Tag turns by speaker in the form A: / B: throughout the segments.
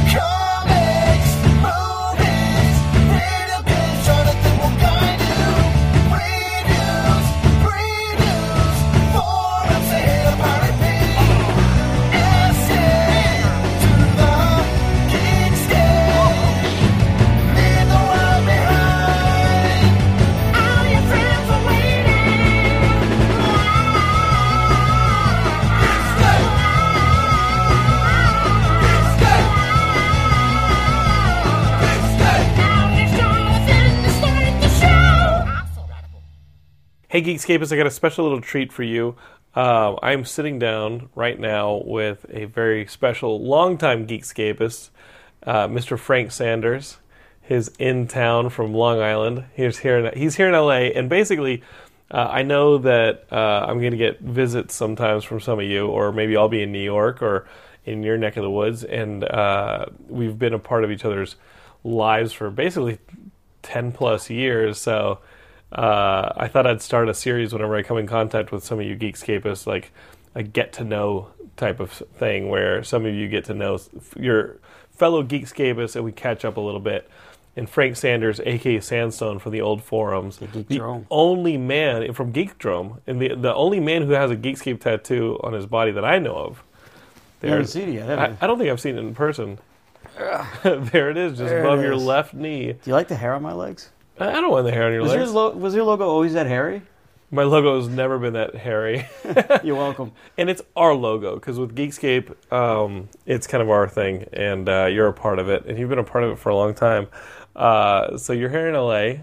A: Comics, movies, database, Jonathan will guide you. Reviews, previews, forums, they hit a pirate Essay to the king's Leave the world behind. All your friends are waiting. Escape! Escape!
B: Hey Geekscapists, I got a special little treat for you. Uh, I'm sitting down right now with a very special longtime Geekscapist, uh, Mr. Frank Sanders. His in town from Long Island. He's here. In, he's here in LA, and basically, uh, I know that uh, I'm going to get visits sometimes from some of you, or maybe I'll be in New York or in your neck of the woods, and uh, we've been a part of each other's lives for basically 10 plus years. So uh, I thought I'd start a series whenever I come in contact with some of you Geekscapists, like a get to know type of thing where some of you get to know f- your fellow Geekscapists and we catch up a little bit. And Frank Sanders, aka Sandstone from the old forums, the,
C: Geekdrome.
B: only man from Geekdrome, and the the only man who has a Geekscape tattoo on his body that I know of.
C: You haven't seen it yet, have
B: I,
C: you?
B: I don't think I've seen it in person. there it is, just
C: There it
B: above your
C: is.
B: left knee.
C: Do you like the hair on my legs?
B: I I don't want the hair on your
C: Was,
B: legs.
C: your lo- was your logo always that hairy?
B: My logo's never been that hairy,
C: You're welcome.
B: and it's our logo because with Geekscape, um, it's kind of our thing, and uh, you're a part of it, and you've been a part of it for a long time. Uh, so you're here in LA.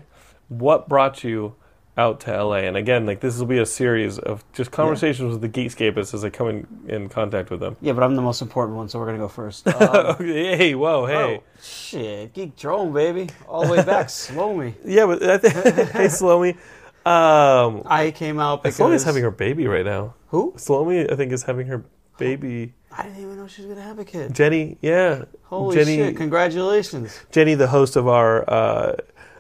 B: What brought you out to LA? And again, like this will be a series of just conversations with the Geekscapists as I come in, in contact with them.
C: Yeah, but I'm the most important one, so we're gonna go first. Um,
B: Okay, hey, whoa, hey.
C: oh, shit, geek drone, baby, all the way back. Slow me.
B: Yeah, but I think, hey, Slomi. Um,
C: I came out because
B: Slomi's having her baby right now.
C: who?
B: Slomi, I think, is having her baby.
C: I didn't even know she was gonna have a kid.
B: Jenny, yeah.
C: Holy
B: Jenny,
C: shit! Congratulations.
B: Jenny, the host of our uh,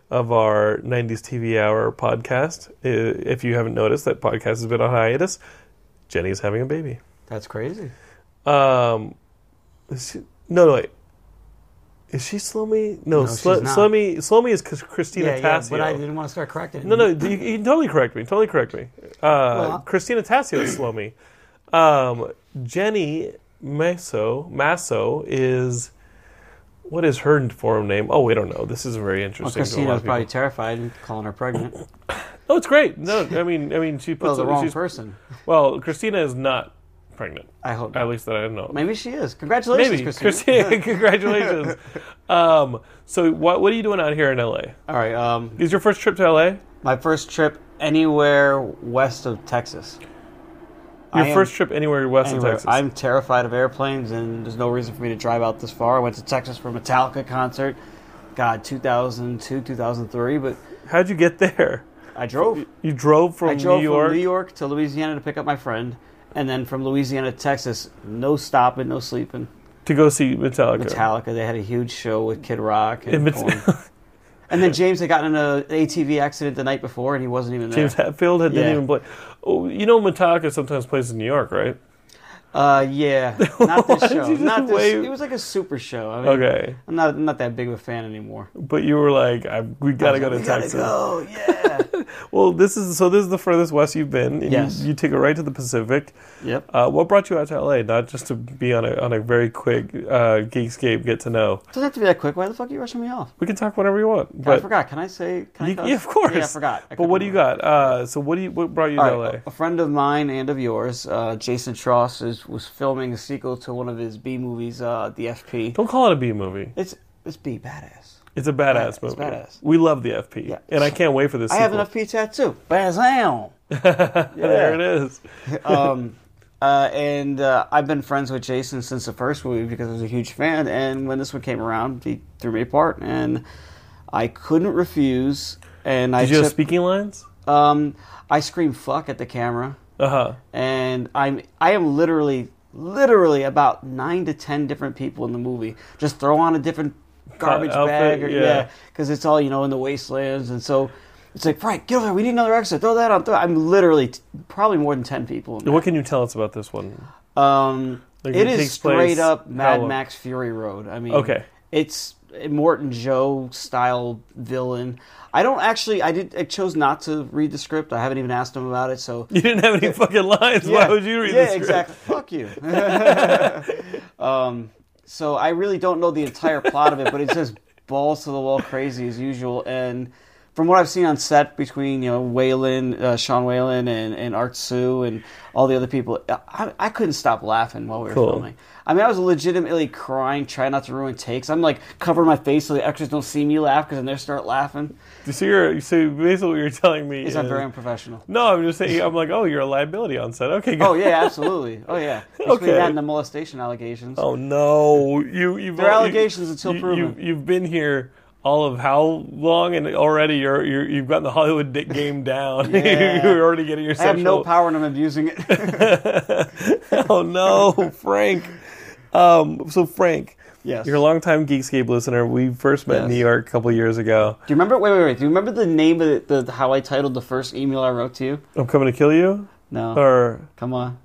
B: of our '90s TV Hour podcast. i- If you haven't noticed, that podcast has been on hiatus. Jenny's having a baby.
C: That's crazy.
B: Um, is she- no, no, wait. Is she Slomi? No,
C: No,
B: Slo-
C: she's not.
B: Slomi. Slomi is Chris- Christina
C: Yeah, yeah,
B: Tassio.
C: but I didn't want to start correcting.
B: No, no, you, you can totally correct me. Totally correct me. Uh,
C: Well-
B: Christina Tassio is Slomi. Um, Jenny Maso Masso is what is her forum name? Oh, we don't know. This is very
C: Well,
B: interesting. to a lot
C: Christina's
B: of
C: probably
B: people.
C: terrified and calling her pregnant.
B: Oh, it's great. No, I mean, I mean, she puts
C: well, the wrong
B: she's-
C: person.
B: Well, Christina is not pregnant.
C: I hope.
B: At
C: Not.
B: least that I know.
C: Maybe she is. Congratulations,
B: Maybe.
C: Christina.
B: Christina, congratulations. um, so, what what are you doing out here in LA?
C: All right. Um,
B: Is your first trip to LA?
C: My first trip anywhere west of Texas.
B: Your
C: I am
B: first trip anywhere west
C: anywhere.
B: of Texas?
C: I'm terrified of airplanes, and there's no reason for me to drive out this far. I went to Texas for a Metallica concert, God, 2002, 2003, but
B: Howd you get there?
C: I drove.
B: You drove from
C: I drove
B: New York.
C: from New York to Louisiana to pick up my friend, and then from Louisiana to Texas, no stopping, no sleeping.
B: to go see Metallica.
C: Metallica, they had a huge show with Kid Rock.
B: And
C: And,
B: Met-
C: Korn. and then James had gotten in an ATV accident the night before, and he wasn't even there.
B: James Hetfield had didn't
C: Yeah.
B: even play. Oh, you know Metallica sometimes plays in New York, right?
C: Uh, yeah, not this
B: did
C: show.
B: you just
C: Not this.
B: wave?
C: It was like a super show. I mean,
B: Okay,
C: I'm not I'm not that big of a fan anymore.
B: but you were like, I, "We gotta go to
C: We
B: Texas."
C: Gotta go. Yeah.
B: Well, this is so. This is the furthest west you've been. and
C: Yes.
B: You, you take it right to the Pacific.
C: Yep.
B: Uh, what brought you out to LA? Not just to be on a on a very quick uh, Geekscape get to know.
C: Doesn't have to be that quick. Why the fuck are you rushing me off?
B: We can talk whatever you want. But
C: I forgot. Can I say? Can I
B: You-
C: cuss?
B: yeah, of course.
C: Yeah, I forgot. I
B: but what do you
C: couldn't
B: got? Uh, so what do you what brought you to
C: All
B: LA?
C: right, A friend of mine and of yours, uh, Jason Tross, is, was filming a sequel to one of his B movies, uh, The FP.
B: Don't call it a B movie.
C: It's it's B badass.
B: It's a badass
C: Badass,
B: movie.
C: badass.
B: We love the FP,
C: Yeah.
B: and I can't wait for this.
C: I have an
B: sequel.
C: FP tattoo. Bazam.
B: There it is.
C: um, uh, and uh, I've been friends with Jason since the first movie because I was a huge fan. And when this one came around, he threw me a part, and I couldn't refuse. And I
B: Did you have
C: took-
B: speaking lines?
C: Um, I scream "fuck" at the camera.
B: Uh huh.
C: and I'm I am literally literally about nine to ten different people in the movie. Just throw on a different garbage
B: outfit,
C: bag, or,
B: yeah.
C: yeah, because it's all you know in the wastelands, and so it's like right, get over there. We need another extra. Throw that on. Throw. I'm literally t- probably more than ten people. In there.
B: What can you tell us about this one?
C: Um,
B: Like,
C: it
B: it
C: is
B: takes
C: straight
B: place
C: up Mad
B: how-
C: Max Fury Road. I mean,
B: Okay.
C: it's a Morton Joe style villain. I don't actually. I did. I chose not to read the script. I haven't even asked him about it. So
B: You didn't have any fucking lines. Why would you read
C: yeah,
B: this? script?
C: exactly. Fuck you. um, so I really don't know the entire plot of it, but it's just balls to the wall crazy as usual. And from what I've seen on set between you know Waylon, uh, Sean Whalen, and and Art Sue and all the other people, I, I couldn't stop laughing while we were
B: Cool.
C: filming. I mean, I was legitimately crying, trying not to ruin takes. I'm like covering my face so the extras don't see me laugh because then they start laughing.
B: So you're so basically what you're telling me
C: It's
B: is
C: not very unprofessional.
B: no. I'm just saying. I'm like, oh, you're a liability on set. Okay. Go.
C: Oh yeah, absolutely. Oh yeah. Between
B: Okay.
C: that and the molestation allegations.
B: Oh no! You you've
C: They're
B: al-
C: allegations until proven.
B: You, have been here all of how long, and already you're, you're you've gotten the Hollywood dick game down.
C: Yeah.
B: you're already getting your.
C: I have no
B: sexual-
C: power and I'm abusing it.
B: oh no, Frank. Um, so Frank,
C: Yes.
B: you're a longtime Geekscape listener. We first met in
C: Yes.
B: New York a couple years ago.
C: Do you remember? Wait, wait, wait. Do you remember the name of the, the how I titled the first email I wrote to you?
B: I'm coming to kill you.
C: No.
B: Or
C: Come on.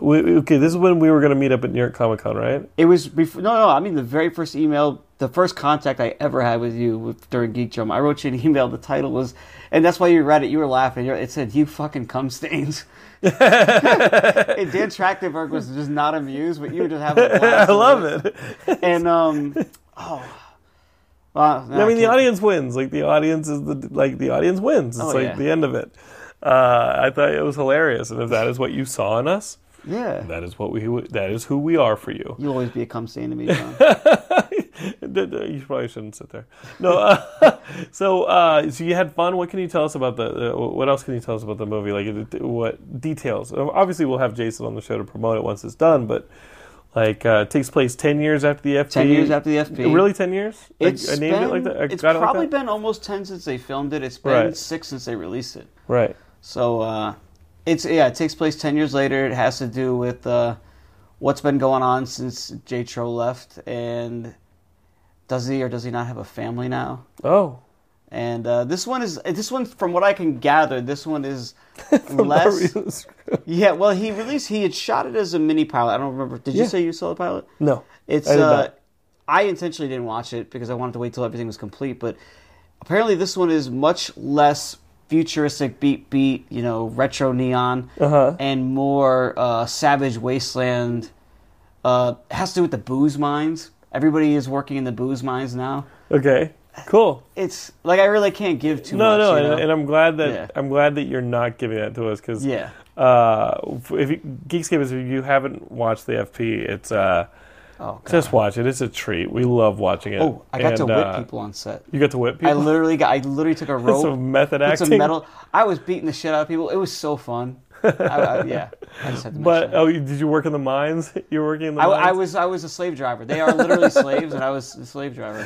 B: we, we- okay, this is when we were going to meet up at New York Comic Con, right?
C: It was before. No, no. I mean the very first email, the first contact I ever had with you with, during Geek Jump. I wrote you an email. The title was, and that's why you read it. You were laughing. You're, it said, "You fucking cum stains." and Dan Trachtenberg was just not amused, but you were just having. A blast
B: I love it.
C: And um, oh, Well, no,
B: I mean, the
C: can't-
B: audience wins. Like the audience is the like the audience wins. It's
C: Oh,
B: like
C: yeah.
B: the end of it. Uh, I thought it was hilarious, and if that is what you saw in us,
C: Yeah,
B: that is what we that is who we are for you.
C: you'll always be a cum stain to me, John.
B: you probably shouldn't sit there. No. Uh, so, uh, so you had fun. What can you tell us about the? Uh, what else can you tell us about the movie? Like, it- it- what details? Uh, Obviously, we'll have Jason on the show to promote it once it's done. But like, uh, it takes place ten years after the FP.
C: 10 years after the FP.
B: Really, ten years? Like,
C: It's
B: I named
C: been,
B: it like that. I
C: it's
B: got it like
C: probably
B: that?
C: been almost ten since they filmed it. It's been
B: Right.
C: six since they released it.
B: right.
C: So uh, it's yeah, it takes place ten years later. It has to do with uh, what's been going on since J. Tro left, and does he or does he not have a family now?
B: Oh,
C: And uh, this one is this one, from what I can gather, this one is less.
B: Mario's-
C: Yeah, well, he released. He had shot it as a mini pilot. I don't remember. Did
B: Yeah.
C: you say you saw the pilot?
B: No,
C: It's
B: I did
C: uh,
B: not.
C: I intentionally didn't watch it because I wanted to wait till everything was complete. But apparently, this one is much less futuristic, beat beat, you know, retro neon,
B: Uh-huh.
C: and more uh, savage wasteland. Uh, it has to do with the booze mines. Everybody is working in the booze mines now.
B: okay. Cool.
C: It's like I really can't give too
B: No,
C: much.
B: no,
C: you know?
B: and, and I'm glad that
C: Yeah.
B: I'm glad that you're not giving that to us because
C: Yeah.
B: uh, if you, Geekscape is if you haven't watched the FP, it's uh,
C: Oh, God.
B: just watch it. It's a treat. We love watching it.
C: oh, I got to
B: And,
C: whip
B: uh,
C: people on set.
B: You got to whip people.
C: I literally got. I literally took a rope.
B: Some method
C: put Some
B: acting.
C: metal. I was beating the shit out of people. It was so fun. I, I, yeah. I just had to. mention
B: but
C: that.
B: oh, you- did you work in the mines? you were working in the
C: I,
B: mines.
C: I was I was a slave driver. They are literally slaves, and I was a slave driver.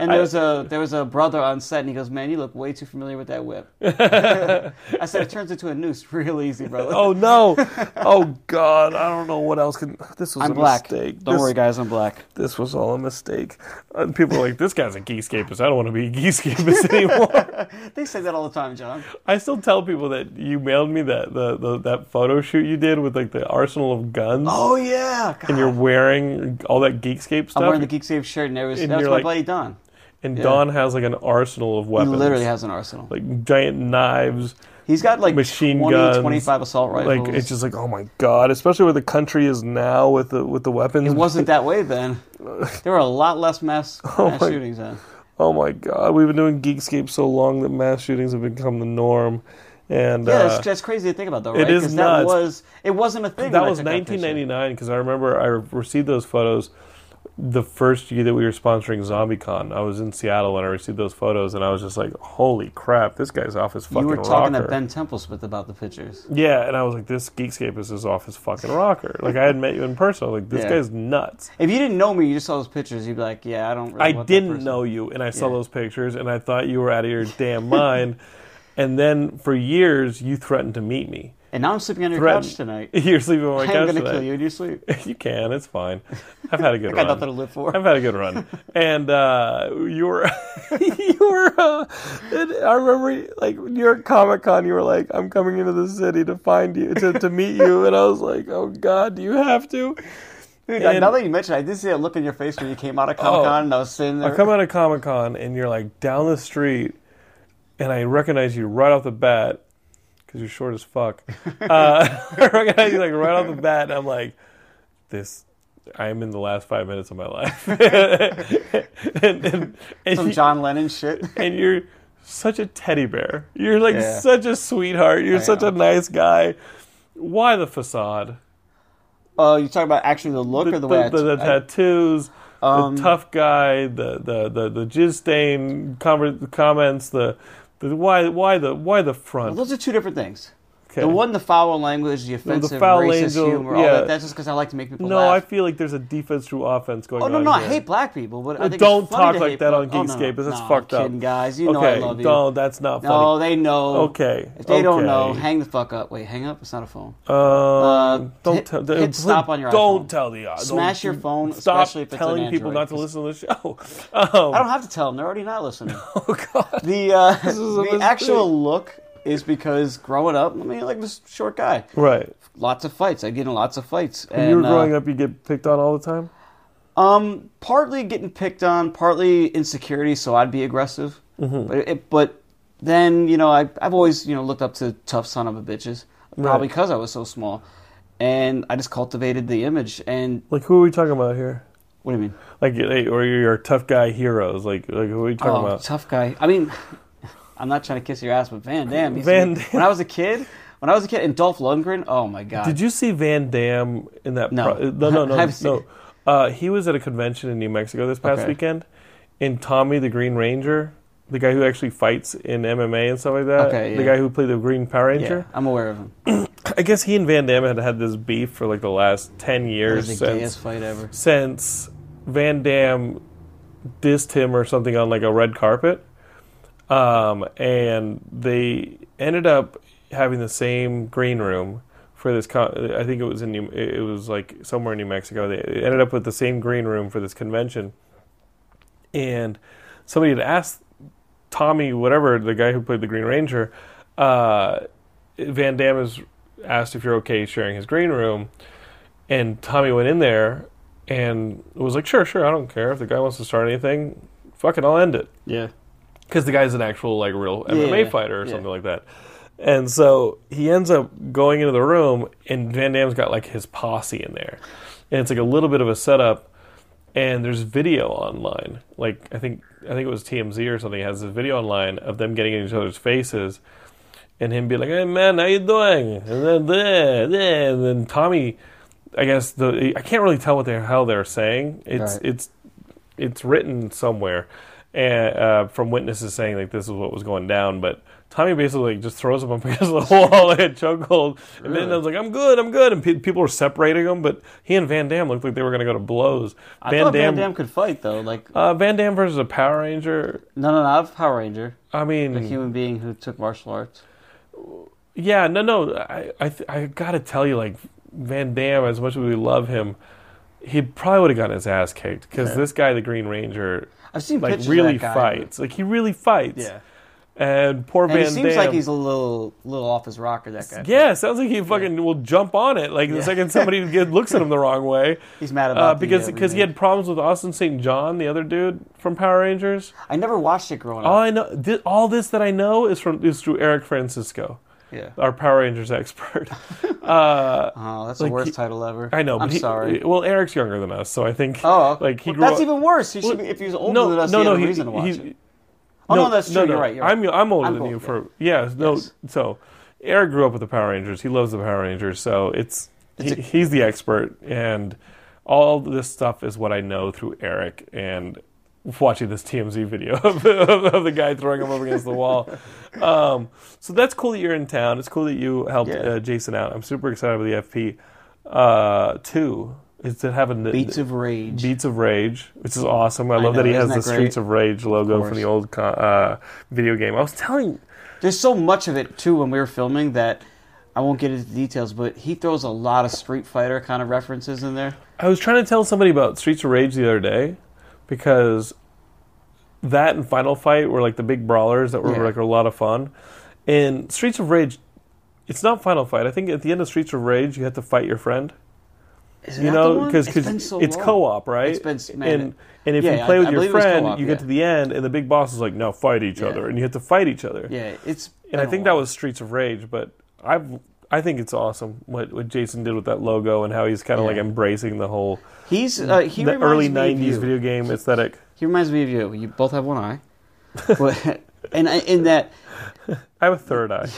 C: And there was a there was a brother on set, and he goes, "Man, you look way too familiar with that whip." I said, "It turns into a noose real easy, brother."
B: Oh no! oh God! I don't know what else can. This was
C: I'm
B: a
C: black.
B: mistake.
C: Don't
B: This-
C: worry, guys, I'm black.
B: this was all a mistake. Uh, people are like, this guy's a geekscapist. I don't want to be a geekscapist anymore.
C: They say that all the time, John.
B: I still tell people that you mailed me that the, the that photo shoot you did with like the arsenal of guns,
C: Oh yeah,
B: and you're wearing all that geekscape stuff.
C: I'm wearing the Geek Save shirt, and there was
B: And
C: that was
B: you're
C: my
B: like-
C: buddy Don.
B: and Don has like an arsenal of
C: He
B: weapons.
C: literally has an arsenal.
B: like giant knives,
C: He's got like
B: machine
C: 20,
B: guns,
C: 25 assault rifles.
B: Like it's just like oh my god, especially where the country is now with the with the weapons.
C: it wasn't that way then. There were a lot less mass, mass
B: my-
C: shootings then.
B: Oh my god, we've been doing Geekscape so long that mass shootings have become the norm, and
C: Yeah,
B: uh,
C: that's, that's crazy to think about though,
B: it
C: right?
B: is
C: 'Cause
B: nuts.
C: That was it wasn't a thing.
B: that
C: when I
B: was
C: took picture.
B: 1999 because I remember I received those photos the first year that we were sponsoring ZombieCon. I was in Seattle when I received those photos, and I was just like, "Holy crap, this guy's off his fucking
C: You were talking
B: rocker."
C: to Ben Temple Smith about the pictures.
B: yeah, and I was like, "This Geekscape is just off his fucking rocker." like I had met you in person. I was like, "This
C: Yeah.
B: guy's nuts."
C: If you didn't know me, you just saw those pictures. You'd be like, "Yeah, I don't." Really
B: I
C: want that
B: didn't
C: person.
B: know you, and I saw
C: Yeah.
B: those pictures, and I thought you were out of your damn mind. And then for years, you threatened to meet me.
C: And now I'm sleeping on your
B: Threatened.
C: couch tonight.
B: You're sleeping on my
C: I'm
B: couch
C: gonna
B: tonight.
C: kill you in your sleep.
B: You can. It's fine. I've had a good
C: I
B: run.
C: got nothing to live for.
B: I've had a good run. And uh, you were, you were. Uh, and I remember, like New York Comic Con, you were like, "I'm coming into the city to find you, to, to meet you," and I was like, "Oh God, do you have to?"
C: Dude,
B: And-
C: now that you mention it, I did see that look in your face when you came
B: Oh.
C: out of Comic Con and I was sitting there.
B: I come out of Comic Con and you're like down the street, and I recognize you right off the bat because you're short as fuck. Uh, I recognize you like right off the bat, and I'm like, this. I'm in the last five minutes of my life, and, and, and
C: some
B: you-
C: John Lennon shit.
B: and you're such a teddy bear. You're like
C: Yeah.
B: such a sweetheart. You're
C: I
B: such a
C: know.
B: nice guy. Why the facade?
C: Oh, you talking about actually the look or the, way I-
B: the, the
C: I- Um,
B: tattoos, the tough guy, the the the, the jizz stain conver- comments, the, the why why the why the front?
C: Those are two different things.
B: Okay.
C: The one, the foul language, the offensive,
B: foul language,
C: racist humor, all
B: yeah.
C: that. That's just because I like to make people
B: no,
C: laugh.
B: I feel like there's a defense through offense going
C: Oh
B: on.
C: no, no, I
B: here.
C: hate black people, but I think it's
B: Don't
C: funny
B: talk
C: to
B: like
C: hate
B: that
C: black-
B: on
C: oh, no,
B: Geekscape.
C: No,
B: That's
C: no,
B: fucked
C: I'm
B: up.
C: kidding, guys. You know
B: okay,
C: I love you.
B: No, that's not funny.
C: No, they know.
B: Okay,
C: If they don't know,
B: okay.
C: hang the fuck up. Wait, hang up. It's not a phone.
B: Um,
C: Uh,
B: don't
C: hit-
B: tell.
C: hit stop on your
B: Don't
C: iPhone.
B: tell the odds.
C: Smash your phone,
B: Stop
C: especially if it's an
B: telling people
C: Android.
B: not to listen to the show. Um,
C: I don't have to tell them. They're already not listening.
B: oh God.
C: The uh,
B: is a
C: the
B: mistake.
C: actual look is because growing up, I mean, like this short guy,
B: Right.
C: lots of fights. I get in lots of fights.
B: When
C: and,
B: you were
C: uh,
B: growing up, you get picked on all the time.
C: Um, partly getting picked on, partly insecurity, so I'd be aggressive.
B: Mm-hmm.
C: But, it, but then you know I I've always you know looked up to tough son of a bitches, probably
B: Right.
C: because I was so small, and I just cultivated the image. And
B: Like who are we talking about here?
C: what do you mean?
B: Like, like, or you're your tough guy heroes. Like, like who are you talking
C: oh,
B: about?
C: tough guy. I mean, I'm not trying to kiss your ass, but Van Damme. he's-
B: Van Damme.
C: When I was a kid, when I was a kid, and Dolph Lundgren. Oh my god.
B: Did you see Van Damme in that?
C: No.
B: pro- uh, no, no,
C: I
B: no,
C: haven't seen
B: no.
C: it.
B: Uh, he was at a convention in New Mexico this past
C: Okay.
B: weekend, and Tommy the Green Ranger, the guy who actually fights in MMA and stuff like that,
C: Okay,
B: the
C: yeah.
B: guy who played the Green Power
C: Yeah,
B: Ranger.
C: I'm aware of him.
B: I guess he and Van Damme had had this beef for like the last ten
C: It
B: years
C: was the
B: since
C: gayest fight ever.
B: since Van Damme dissed him or something on like a red carpet. Um, and they ended up having the same green room for this. Con- I think it was in New- it was like somewhere in New Mexico. They ended up with the same green room for this convention, and somebody had asked Tommy, whatever the guy who played the Green Ranger, uh, Van Damme is asked if you're okay sharing his green room, and Tommy went in there and was like, "Sure, sure, I don't care if the guy wants to start anything. Fuck it, I'll end it."
C: Yeah.
B: because the guy's an actual like real MMA
C: yeah,
B: fighter or
C: yeah.
B: something like that. And so he ends up going into the room, and Van Damme's got like his posse in there, and it's like a little bit of a setup. And there's video online, like I think I think it was TMZ or something has this video online of them getting in each other's faces, and him being like, "Hey man, how you doing?" And then there, there, and then Tommy, I guess the I can't really tell what the hell they're saying. It's
C: Right.
B: it's it's written somewhere and uh, from witnesses saying like this is what was going down but tommy basically like, just throws him up against the wall in a chokehold and then i was like i'm good i'm good and pe- people were separating him but he and van damme looked like they were going to go to blows
C: I thought Van Damme could fight though. Like
B: uh, van damme versus a power ranger
C: no, no, no. I'm Power Ranger,
B: i mean
C: a human being who took martial arts.
B: Yeah, no, no. I, I, th- I gotta tell you, like Van Damme, as much as we love him, he probably would have gotten his ass kicked because this guy, the Green Ranger,
C: I've seen
B: like
C: pictures of
B: really
C: that guy.
B: fights. Like he really fights.
C: Yeah.
B: And poor
C: And
B: Van
C: he seems
B: Damme.
C: like he's a little little off his rocker. That guy.
B: yeah, sounds like he fucking will jump on it. Like the second somebody get- looks at him the wrong way,
C: He's mad about
B: uh,
C: the,
B: because
C: uh,
B: because he
C: remake.
B: had problems with Austin St. John, the other dude from Power Rangers.
C: I never watched it growing
B: All
C: up.
B: I know, thi- all this that I know is from is through Eric Francisco,
C: Yeah.
B: our Power Rangers expert.
C: Oh, that's
B: like,
C: the worst
B: he-
C: title ever.
B: I know. But
C: I'm
B: he-
C: sorry.
B: Well, Eric's younger than us, so I think.
C: oh, okay.
B: like he
C: Well,
B: grew
C: that's
B: up-
C: even worse. He should
B: Well,
C: be, if he was older than us, he had a reason to watch
B: he's-
C: it. Oh no, that's true. You're right. You're
B: I'm
C: right.
B: I'm older
C: I'm
B: than
C: both,
B: you
C: yeah.
B: for yeah. No,
C: Yes.
B: so Eric grew up with the Power Rangers. He loves the Power Rangers, so it's, he,
C: a-
B: he's the expert, and all this stuff is what I know through Eric and watching this TMZ video of, of, the guy throwing him up against the wall. Um, so that's cool that you're in town. It's cool that you helped
C: Yeah.
B: uh, Jason out. I'm super excited about the FP uh, two. Is it having the,
C: Beats of Rage.
B: Beats of Rage, which is awesome. I love
C: know,
B: that he has
C: isn't
B: the
C: that great?
B: Streets of Rage logo from
C: course.
B: the old co- uh, video game. I was telling,
C: There's so much of it too when we were filming that I won't get into the details, but he throws a lot of Street Fighter kind of references in there.
B: I was trying to tell somebody about Streets of Rage the other day because that and Final Fight were like the big brawlers that were
C: Yeah.
B: like a lot of fun. And Streets of Rage, it's not Final Fight. I think at the end of Streets of Rage, you have to fight your friend.
C: Is it
B: you
C: that the
B: know,
C: one?
B: because
C: It's
B: it's,
C: been so long.
B: co-op, right?
C: It's been s- man,
B: and and if
C: yeah,
B: you
C: I-
B: play with
C: I
B: your
C: believe it was
B: friend,
C: co-op,
B: you get
C: yeah.
B: to the end, and the big boss is like, "No, fight each other," and you have to fight each other.
C: Yeah, it's.
B: and I think that was Streets of Rage, but I've I think it's awesome what, what Jason did with that logo and how he's kind of
C: Yeah.
B: like embracing the whole
C: he's uh, he
B: the
C: reminds
B: early
C: me of
B: '90s
C: you.
B: video game aesthetic.
C: He reminds me of you. You both have one eye, but, and I, in that
B: I have a third eye.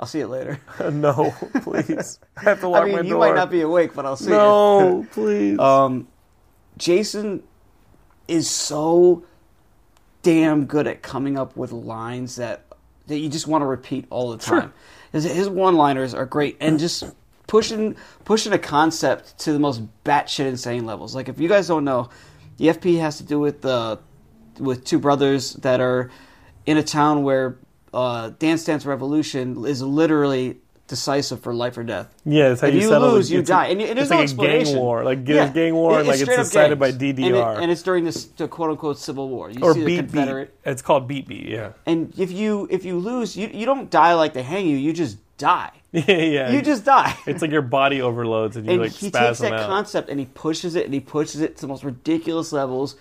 C: I'll see it later.
B: no, please. I have to lock
C: I mean,
B: my
C: you
B: door.
C: might not be awake, but I'll see it.
B: no, please.
C: Um, Jason is so damn good at coming up with lines that that you just want to repeat all the time. His, his one-liners are great, and just pushing pushing a concept to the most batshit insane levels. Like if you guys don't know, the FP has to do with the with two brothers that are in a town where uh, Dance Dance Revolution is literally decisive for life or death.
B: yeah, it's how
C: if
B: you
C: you
B: settle
C: lose,
B: it.
C: you
B: It's
C: die.
B: A,
C: And, y- and there's
B: it's
C: no
B: like a
C: explanation.
B: gang war. Like get
C: yeah.
B: a gang war,
C: It-
B: and like it's
C: straight up
B: decided by
C: gangs. And, it-
B: DDR
C: and it's during this, the quote unquote Civil War. You
B: or
C: see the
B: beat beat.
C: Confederate.
B: It's called beat beat. Yeah,
C: And if you if you lose, you you don't die like they hang you. You just die.
B: yeah, yeah.
C: You just die.
B: it's like your body overloads and you
C: and
B: like
C: he
B: spasm
C: takes that
B: out.
C: concept and he pushes it and he pushes it to the most ridiculous levels,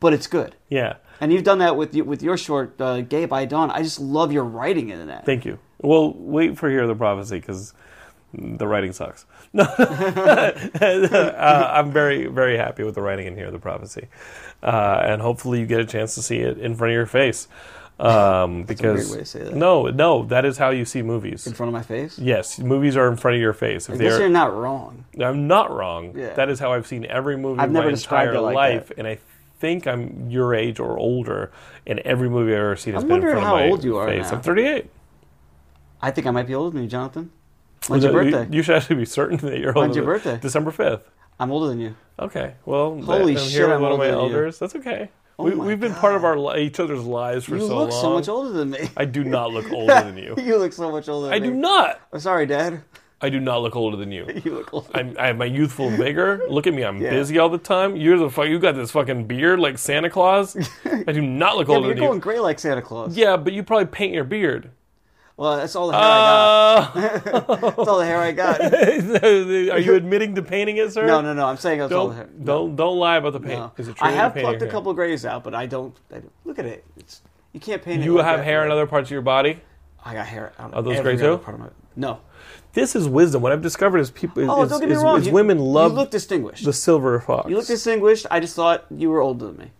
C: but it's good.
B: yeah.
C: And you've done that with y- with your short uh, "Gay by Dawn." I just love your writing in that.
B: Thank you. Well, wait for Hear the Prophecy because the writing sucks. No, uh, I'm very, very happy with the writing in Hear the Prophecy. Uh, and hopefully you get a chance to see it in front of your face. Um, because
C: weird way to say that.
B: No, no, that is how you see movies.
C: in front of my face.
B: Yes, movies are in front of your face. If
C: I guess
B: they're,
C: you're not wrong.
B: I'm not wrong.
C: Yeah.
B: That is how I've seen every movie
C: I've
B: my
C: never described
B: entire
C: it like
B: life,
C: that.
B: and I think I'm your age or older. And every movie I've ever seen has
C: I'm
B: been in
C: wondering
B: front of
C: how
B: my
C: old you are
B: face.
C: now.
B: I'm 38.
C: I think I might be older than you, Jonathan. When's
B: No,
C: your
B: uh, you-
C: birthday?
B: You, should actually be certain that you're
C: When's
B: older
C: your
B: than-
C: birthday?
B: December 5th.
C: I'm older than you.
B: Okay. Well,
C: Holy
B: I'm
C: shit,
B: here with
C: I'm
B: one of my
C: older than you. Oh
B: elders. That's okay. we,
C: my
B: we've been part of our li- each other's lives for
C: You
B: so
C: look
B: long.
C: so much older than me.
B: I do not look older than you.
C: you look so much older. Than
B: I
C: me.
B: do not.
C: I'm sorry, Dad.
B: I do not look older than you.
C: You look older.
B: I'm, I have my youthful vigor. Look at me. I'm busy all the time. You're the fuck. You got this fucking beard like Santa Claus. I do not look older
C: Yeah, but you're
B: than
C: going
B: you.
C: gray like Santa Claus.
B: Yeah, but you probably paint your beard.
C: Well, that's all the hair I
B: Uh,
C: got. That's all the hair I got.
B: are you admitting to painting it, sir?
C: No, no, no. I'm saying that's all the hair.
B: Don't don't don't lie about the paint.
C: No.
B: Is it true
C: I
B: you're
C: have
B: painting
C: plucked a
B: your hair?
C: couple grays out, but I don't. I don't look at it. It's, you can't paint it.
B: You
C: like
B: have
C: that.
B: hair in other parts of your body.
C: I got hair. On
B: Are those
C: every
B: gray,
C: other
B: too?
C: Part of my, no.
B: This is wisdom. What I've discovered is people. Is,
C: Oh, don't get me
B: is-
C: wrong.
B: is
C: you-
B: women love
C: You look distinguished.
B: the silver fox.
C: you look distinguished. I just thought you were older than me.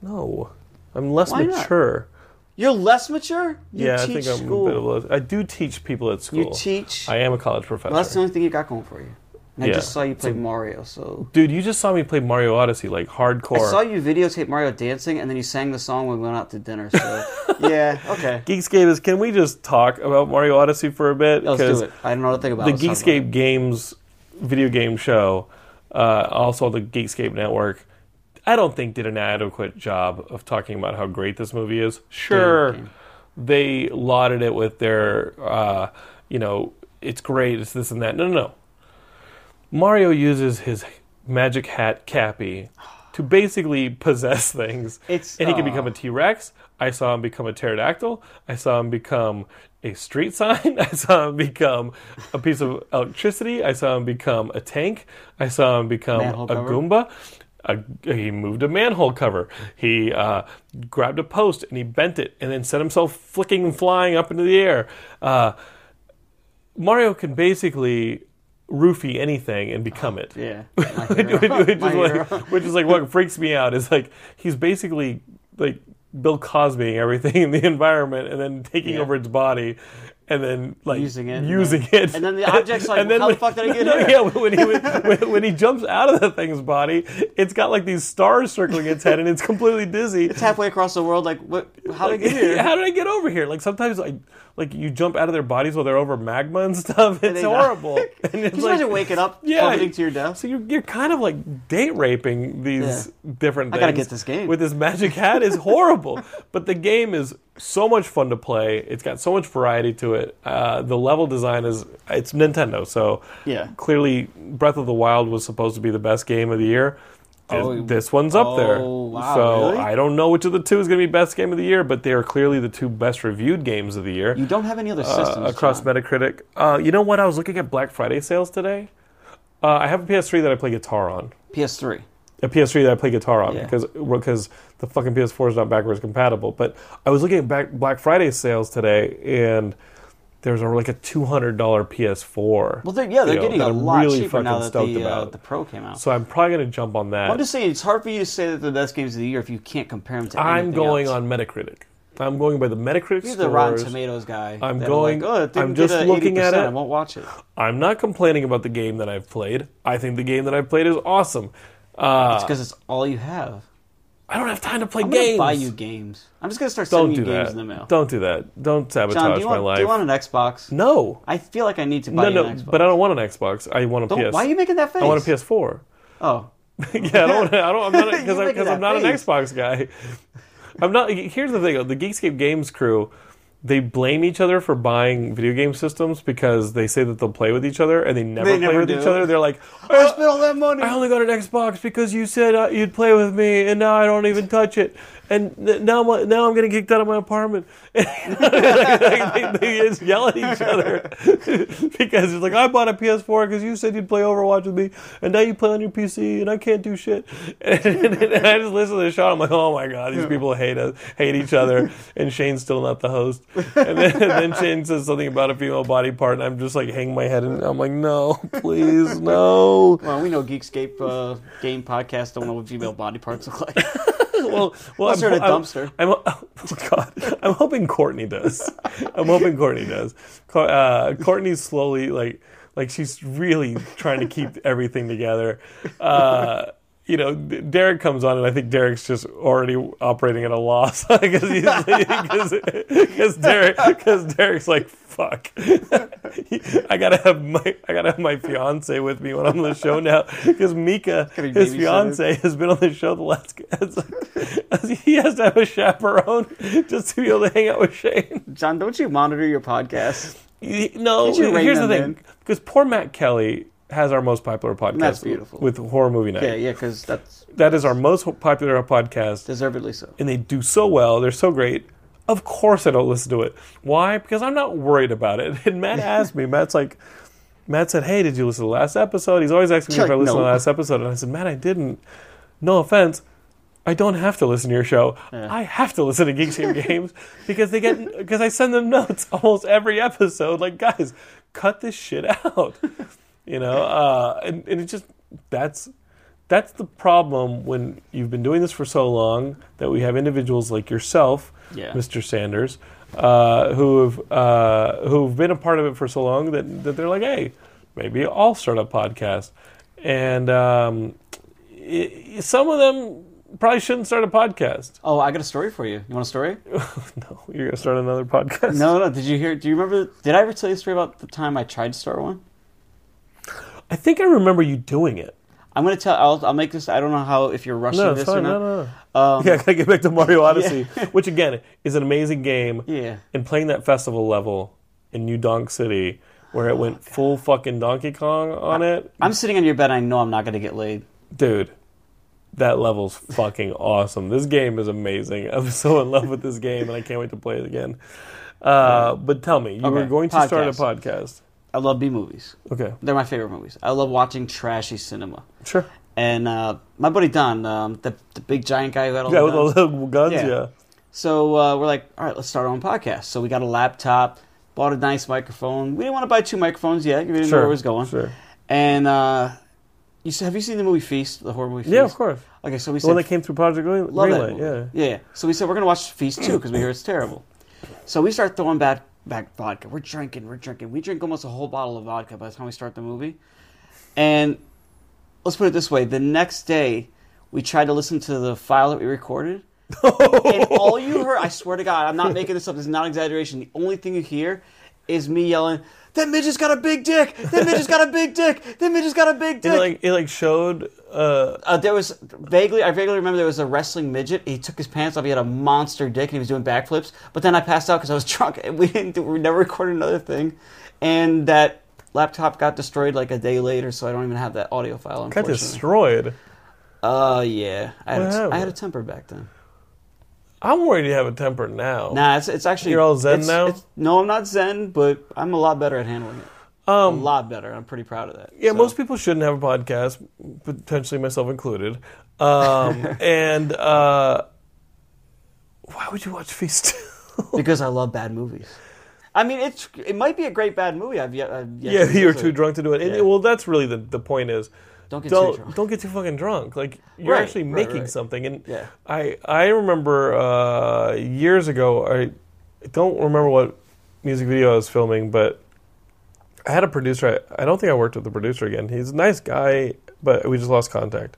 B: no, I'm less
C: Why not?
B: mature.
C: You're less mature. You
B: yeah, I
C: teach
B: think I'm
C: school.
B: a bit of a. I do teach people at school.
C: You teach.
B: I am a college professor.
C: Well, that's the only thing you got going for you. And
B: Yeah.
C: I just saw you play Mario, so
B: Dude, you just saw me play Mario Odyssey like hardcore.
C: I saw you videotape Mario dancing, and then you sang the song when we went out to dinner. So yeah, okay,
B: Geekscape is. Can we just talk about Mario Odyssey for a bit?
C: let's do
B: 'Cause
C: it. I don't know what to think about.
B: the
C: it. Let's talk
B: Geekscape Games video game show, uh, also the Geekscape Network, I don't think did an adequate job of talking about how great this movie is. Sure, they lauded it with their, uh, you know, it's great, it's this and that. No, no, no. Mario uses his magic hat Cappy to basically possess things,
C: It's-
B: and he can
C: aw.
B: become a T Rex. I saw him become a pterodactyl. I saw him become a street sign. I saw him become a piece of electricity. I saw him become a tank. I saw him become
C: Manhole
B: a
C: cover.
B: Goomba. A, he moved a manhole cover. He uh, grabbed a post and he bent it and then set himself flicking and flying up into the air. Uh, Mario can basically roofie anything and become it.
C: Oh, Yeah.
B: which, which
C: My
B: is like,
C: hero.
B: which is like what freaks me out is like he's basically like Bill Cosbying everything in the environment and then taking
C: Yeah.
B: over its body and then like
C: Using it, and
B: using
C: then-
B: it,
C: and then the object's like, "How the fuck did I get here?"
B: Yeah, when he when, when he jumps out of the thing's body, it's got like these stars circling its head and it's completely dizzy.
C: It's halfway across the world. Like, what? How did I get here?
B: How did I get over here? Like sometimes like like you jump out of their bodies while they're over magma and stuff. It's
C: they die.
B: horrible. And it's
C: Can you imagine waking up, plummeting to your death?
B: So you're, you're kind of like date raping these different things.
C: I gotta get this game.
B: With this magic hat is horrible. but the game is so much fun to play. It's got so much variety to it. Uh, the level design is it's Nintendo, so
C: Yeah.
B: clearly Breath of the Wild was supposed to be the best game of the year. This-
C: Oh,
B: this one's up there.
C: oh, wow,
B: so
C: really?
B: I don't know which of the two is going to be best game of the year, but they are clearly the two best reviewed games of the year
C: You don't have any other
B: uh,
C: systems
B: across
C: John.
B: Metacritic. Uh, you know what? I was looking at Black Friday sales today. Uh, I have a PS3 that I play guitar on.
C: PS3.
B: A PS3 that I play guitar on
C: Yeah.
B: because because the fucking PS4 is not backwards compatible. But I was looking at back Black Friday sales today, and there's a, like a two hundred dollar PS4.
C: Well, they're, yeah, they're
B: deal
C: getting
B: that
C: a
B: I'm
C: lot
B: really
C: cheaper now
B: fucking
C: that
B: stoked
C: the, uh,
B: about.
C: the Pro came out.
B: So I'm probably gonna jump on that.
C: I'm just saying, it's hard for you to say that the best games of the year if you can't compare them to.
B: I'm
C: anything
B: going
C: else.
B: on Metacritic. I'm going by the Metacritic
C: You're
B: scores.
C: the Rotten Tomatoes guy.
B: I'm
C: that are
B: going-
C: Like, oh, it didn't
B: I'm
C: get
B: just
C: a
B: looking at
C: 80%,
B: it.
C: I won't watch it.
B: I'm not complaining about the game that I've played. I think the game that I've played is awesome. Uh,
C: It's because it's all you have.
B: I don't have time to play
C: I'm
B: games.
C: gonna buy you games. I'm just gonna start
B: don't
C: sending
B: do
C: you games
B: that.
C: in the mail.
B: Don't do that. Don't sabotage
C: John, do you,
B: my
C: want,
B: life.
C: do you want an Xbox?
B: no.
C: I feel like I need to buy
B: No,
C: you
B: no,
C: an Xbox.
B: but I don't want an Xbox. I want a
C: Don't-
B: PS.
C: why are you making that face?
B: I want a PS4.
C: Oh,
B: yeah, I don't. I don't. I'm not because
C: You're
B: I'm,
C: making
B: 'cause I'm
C: that
B: not an
C: face.
B: Xbox guy. I'm not. Here's the thing: though, the Geekscape Games crew, they blame each other for buying video game systems because they say that they'll play with each other and they never
C: They
B: play
C: never
B: with each
C: do.
B: other. They're like,
C: I
B: "Oh,
C: spent all that money.
B: I only got an Xbox because you said uh, you'd play with me, and now I don't even touch it. And n- now, I'm, now I'm getting kicked out of my apartment. like, they, they just yell at each other because it's like I bought a PS4 because you said you'd play Overwatch with me, and now you play on your PC, and I can't do shit. And, I just listen to the show. I'm like, oh my god, these people hate us, hate each other, and Shane's still not the host. And then, and then Shane says something about a female body part, and I'm just like, hang my head, and I'm like, no, please, no.
C: Well, we know Geekscape uh, game podcast don't know what female body parts look like.
B: well, well,
C: Unless you're in a
B: I'm-
C: dumpster.
B: I'm, oh, God, I'm hoping Courtney does. I'm hoping Courtney does. Co- Uh, Courtney's slowly like, like she's really trying to keep everything together. Uh, you know, D- Derek comes on, and I think Derek's just already operating at a loss because he's because Derek because Derek's like fuck. I gotta have my I gotta have my fiance with me when I'm on the show now because Mika,
C: Gotta be
B: his
C: babysitted.
B: fiance has been on the show the last. It's like, he has to have a chaperone just to be able to hang out with Shane.
C: John, don't you monitor your podcast?
B: He- No,
C: Did you rein
B: here's the
C: them
B: thing:
C: in?
B: because poor Matt Kelly has our most popular podcast.
C: That's beautiful.
B: with horror movie night.
C: Yeah, yeah, because that's
B: That is our most popular podcast,
C: deservedly so.
B: and they do so well. They're so great. Of course, I don't listen to it. Why? Because I'm not worried about it. And Matt asked me. Matt's like. Matt said, "Hey, did you listen to the last episode?" He's always asking me
C: You're
B: if I
C: like,
B: listened to
C: "No."
B: the last episode, and I said, "Matt, I didn't. No offense, I don't have to listen to your show. I have to listen to Geeks Game Games because they get because I send them notes almost every episode. Like, guys, cut this shit out. You know, uh, and, and it just that's that's the problem when you've been doing this for so long that we have individuals like yourself,
C: Yeah.
B: Mr. Sanders, uh, who have uh, who've been a part of it for so long that that they're like, hey, maybe I'll start a podcast, and um, i- some of them probably shouldn't start a podcast.
C: Oh, I got a story for you. You want a story?
B: No, you're gonna start another podcast.
C: No, no. Did you hear? Do you remember? Did I ever tell you a story about the time I tried to start one?
B: I think I remember you doing it.
C: I'm gonna tell. I'll, I'll make this. I don't know how if you're rushing
B: No, it's
C: this
B: fine.
C: or
B: No,
C: not.
B: no, no.
C: Um,
B: yeah, I gotta get back to Mario Odyssey, which again is an amazing game.
C: Yeah.
B: And playing that festival level in New Donk City, where
C: Oh
B: it went full fucking Donkey Kong on it,
C: I'm sitting on your bed. I know I'm not gonna get laid.
B: dude. that level's fucking awesome. This game is amazing. I'm so in love with this game, and I can't wait to play it again. Uh, but tell me, you were
C: Okay,
B: going to start a
C: podcast.
B: podcast.
C: I love B movies.
B: Okay.
C: They're my favorite movies. I love watching trashy cinema.
B: Sure.
C: And uh, my buddy Don, um, the, the big giant guy who had all
B: Yeah,
C: the
B: with all
C: guns.
B: the little guns, yeah.
C: Yeah. So uh, we're like, all right, let's start our own podcast. So we got a laptop, bought a nice microphone. We didn't want to buy two microphones yet. We didn't
B: Sure,
C: know where it was going.
B: sure.
C: And uh, you s- have you seen the movie Feast, the horror movie? Feast?
B: Yeah, of course.
C: Okay, so we
B: The one
C: said
B: that came through Project Green-
C: love that
B: Greenlight,
C: movie.
B: yeah.
C: yeah, yeah. So we said we're gonna watch Feast too because we hear it's terrible. So we start throwing back back vodka. We're drinking, we're drinking. We drink almost a whole bottle of vodka by the time we start the movie. And let's put it this way: the next day, we tried to listen to the file that we recorded, and all you heard—I swear to God, I'm not making this up. This is not exaggeration. The only thing you hear is me yelling. That midget's got a big dick. That midget's got a big dick. That midget's got a big dick
B: It like it like showed uh
C: uh, there was vaguely I vaguely remember there was a wrestling midget. He took his pants off. He had a monster dick and he was doing backflips. But then I passed out because I was drunk and we didn't do, we never recorded another thing. And that laptop got destroyed like a day later, so I don't even have that audio file.
B: got
C: Unfortunately,
B: destroyed.
C: oh yeah, I had,
B: What
C: a,
B: happened?
C: I had a temper back then.
B: I'm worried you have a temper now.
C: Nah, it's it's actually
B: You're all zen
C: it's-
B: now?
C: it's- no, I'm not zen, but I'm a lot better at handling it. Um, a lot better. I'm pretty proud of that.
B: Yeah,
C: So-
B: most people shouldn't have a podcast, potentially myself included. Um, and uh, why would you watch Feast?
C: because I love bad movies. I mean, it's it might be a great bad movie. I've yet. I've yet
B: yeah,
C: to
B: you're
C: visit.
B: too drunk to do it. And,
C: Yeah.
B: Well, that's really the, the point is
C: Don't get too
B: don't,
C: drunk.
B: don't get too fucking drunk. Like you're
C: Right,
B: actually
C: right,
B: making
C: right.
B: something. And
C: Yeah.
B: I I remember uh, years ago. I I don't remember what music video I was filming, but I had a producer. I, I don't think I worked with the producer again. He's a nice guy, but we just lost contact.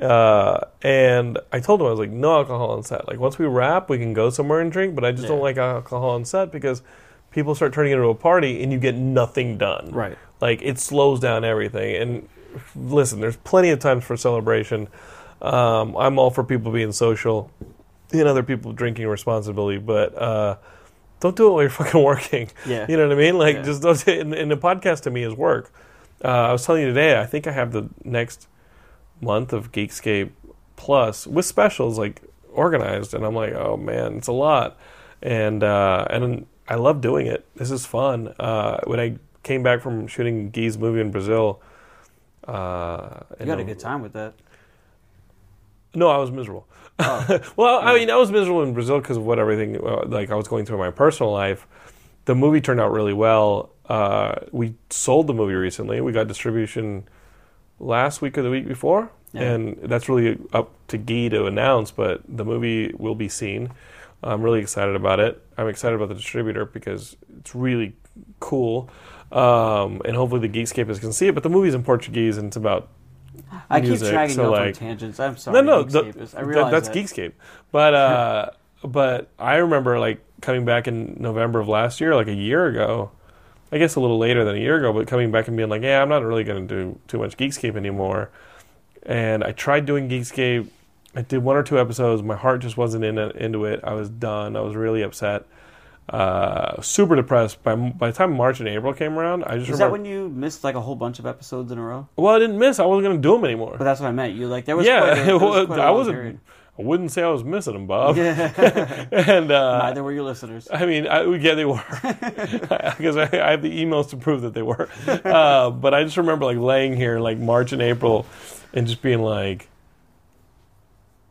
B: Uh, and I told him I was like, no alcohol on set. Like once we wrap, we can go somewhere and drink, but I just don't like alcohol on set because people start turning it into a party and you get nothing done.
C: Right.
B: Like it slows down everything. And listen, there's plenty of times for celebration. Um, I'm all for people being social and other people drinking responsibly, but uh, don't do it while you're fucking working.
C: Yeah.
B: You know what I mean? Like just don't. And, and the podcast to me is work. Uh, I was telling you today. I think I have the next month of Geekscape Plus with specials like organized, and I'm like, oh man, it's a lot, and uh, and I love doing it. This is fun. Uh, when I came back from shooting Gee's movie in Brazil, uh,
C: You got a good time with that.
B: no, I was miserable. well, I mean, I was miserable in Brazil because of what everything uh, like I was going through in my personal life. The movie turned out really well. Uh, we sold the movie recently. We got distribution last week or the week before, and that's really up to Guy to announce. But the movie will be seen. I'm really excited about it. I'm excited about the distributor because it's really cool, um, and hopefully the Geekscapists can see it. But the movie's in Portuguese and it's about
C: I keep
B: music,
C: dragging
B: so,
C: you off
B: like-
C: on tangents. I'm
B: no,
C: sorry.
B: no, the-
C: Geekscape is- I
B: that-
C: realize
B: that's
C: that.
B: Geekscape. But uh, but I remember like coming back in November of last year, like a year ago. I guess a little later than a year ago, but coming back and being like, yeah, I'm not really going to do too much Geekscape anymore. And I tried doing Geekscape. I did one or two episodes. My heart just wasn't in into it. I was done. I was really upset. Uh, super depressed. By by the time March and April came around, I just
C: Is
B: remember.
C: that when you missed like a whole bunch of episodes in a row?
B: well, I didn't miss. I wasn't going to do them anymore.
C: But that's what I meant. You like there was
B: yeah,
C: Quite a, there was
B: well,
C: quite a
B: I
C: long
B: wasn't.
C: period.
B: I wouldn't say I was missing them, Bob. and uh,
C: Neither were your listeners.
B: I mean, I, yeah, they were because I, I have the emails to prove that they were. Uh, but I just remember like laying here like March and April, and just being like,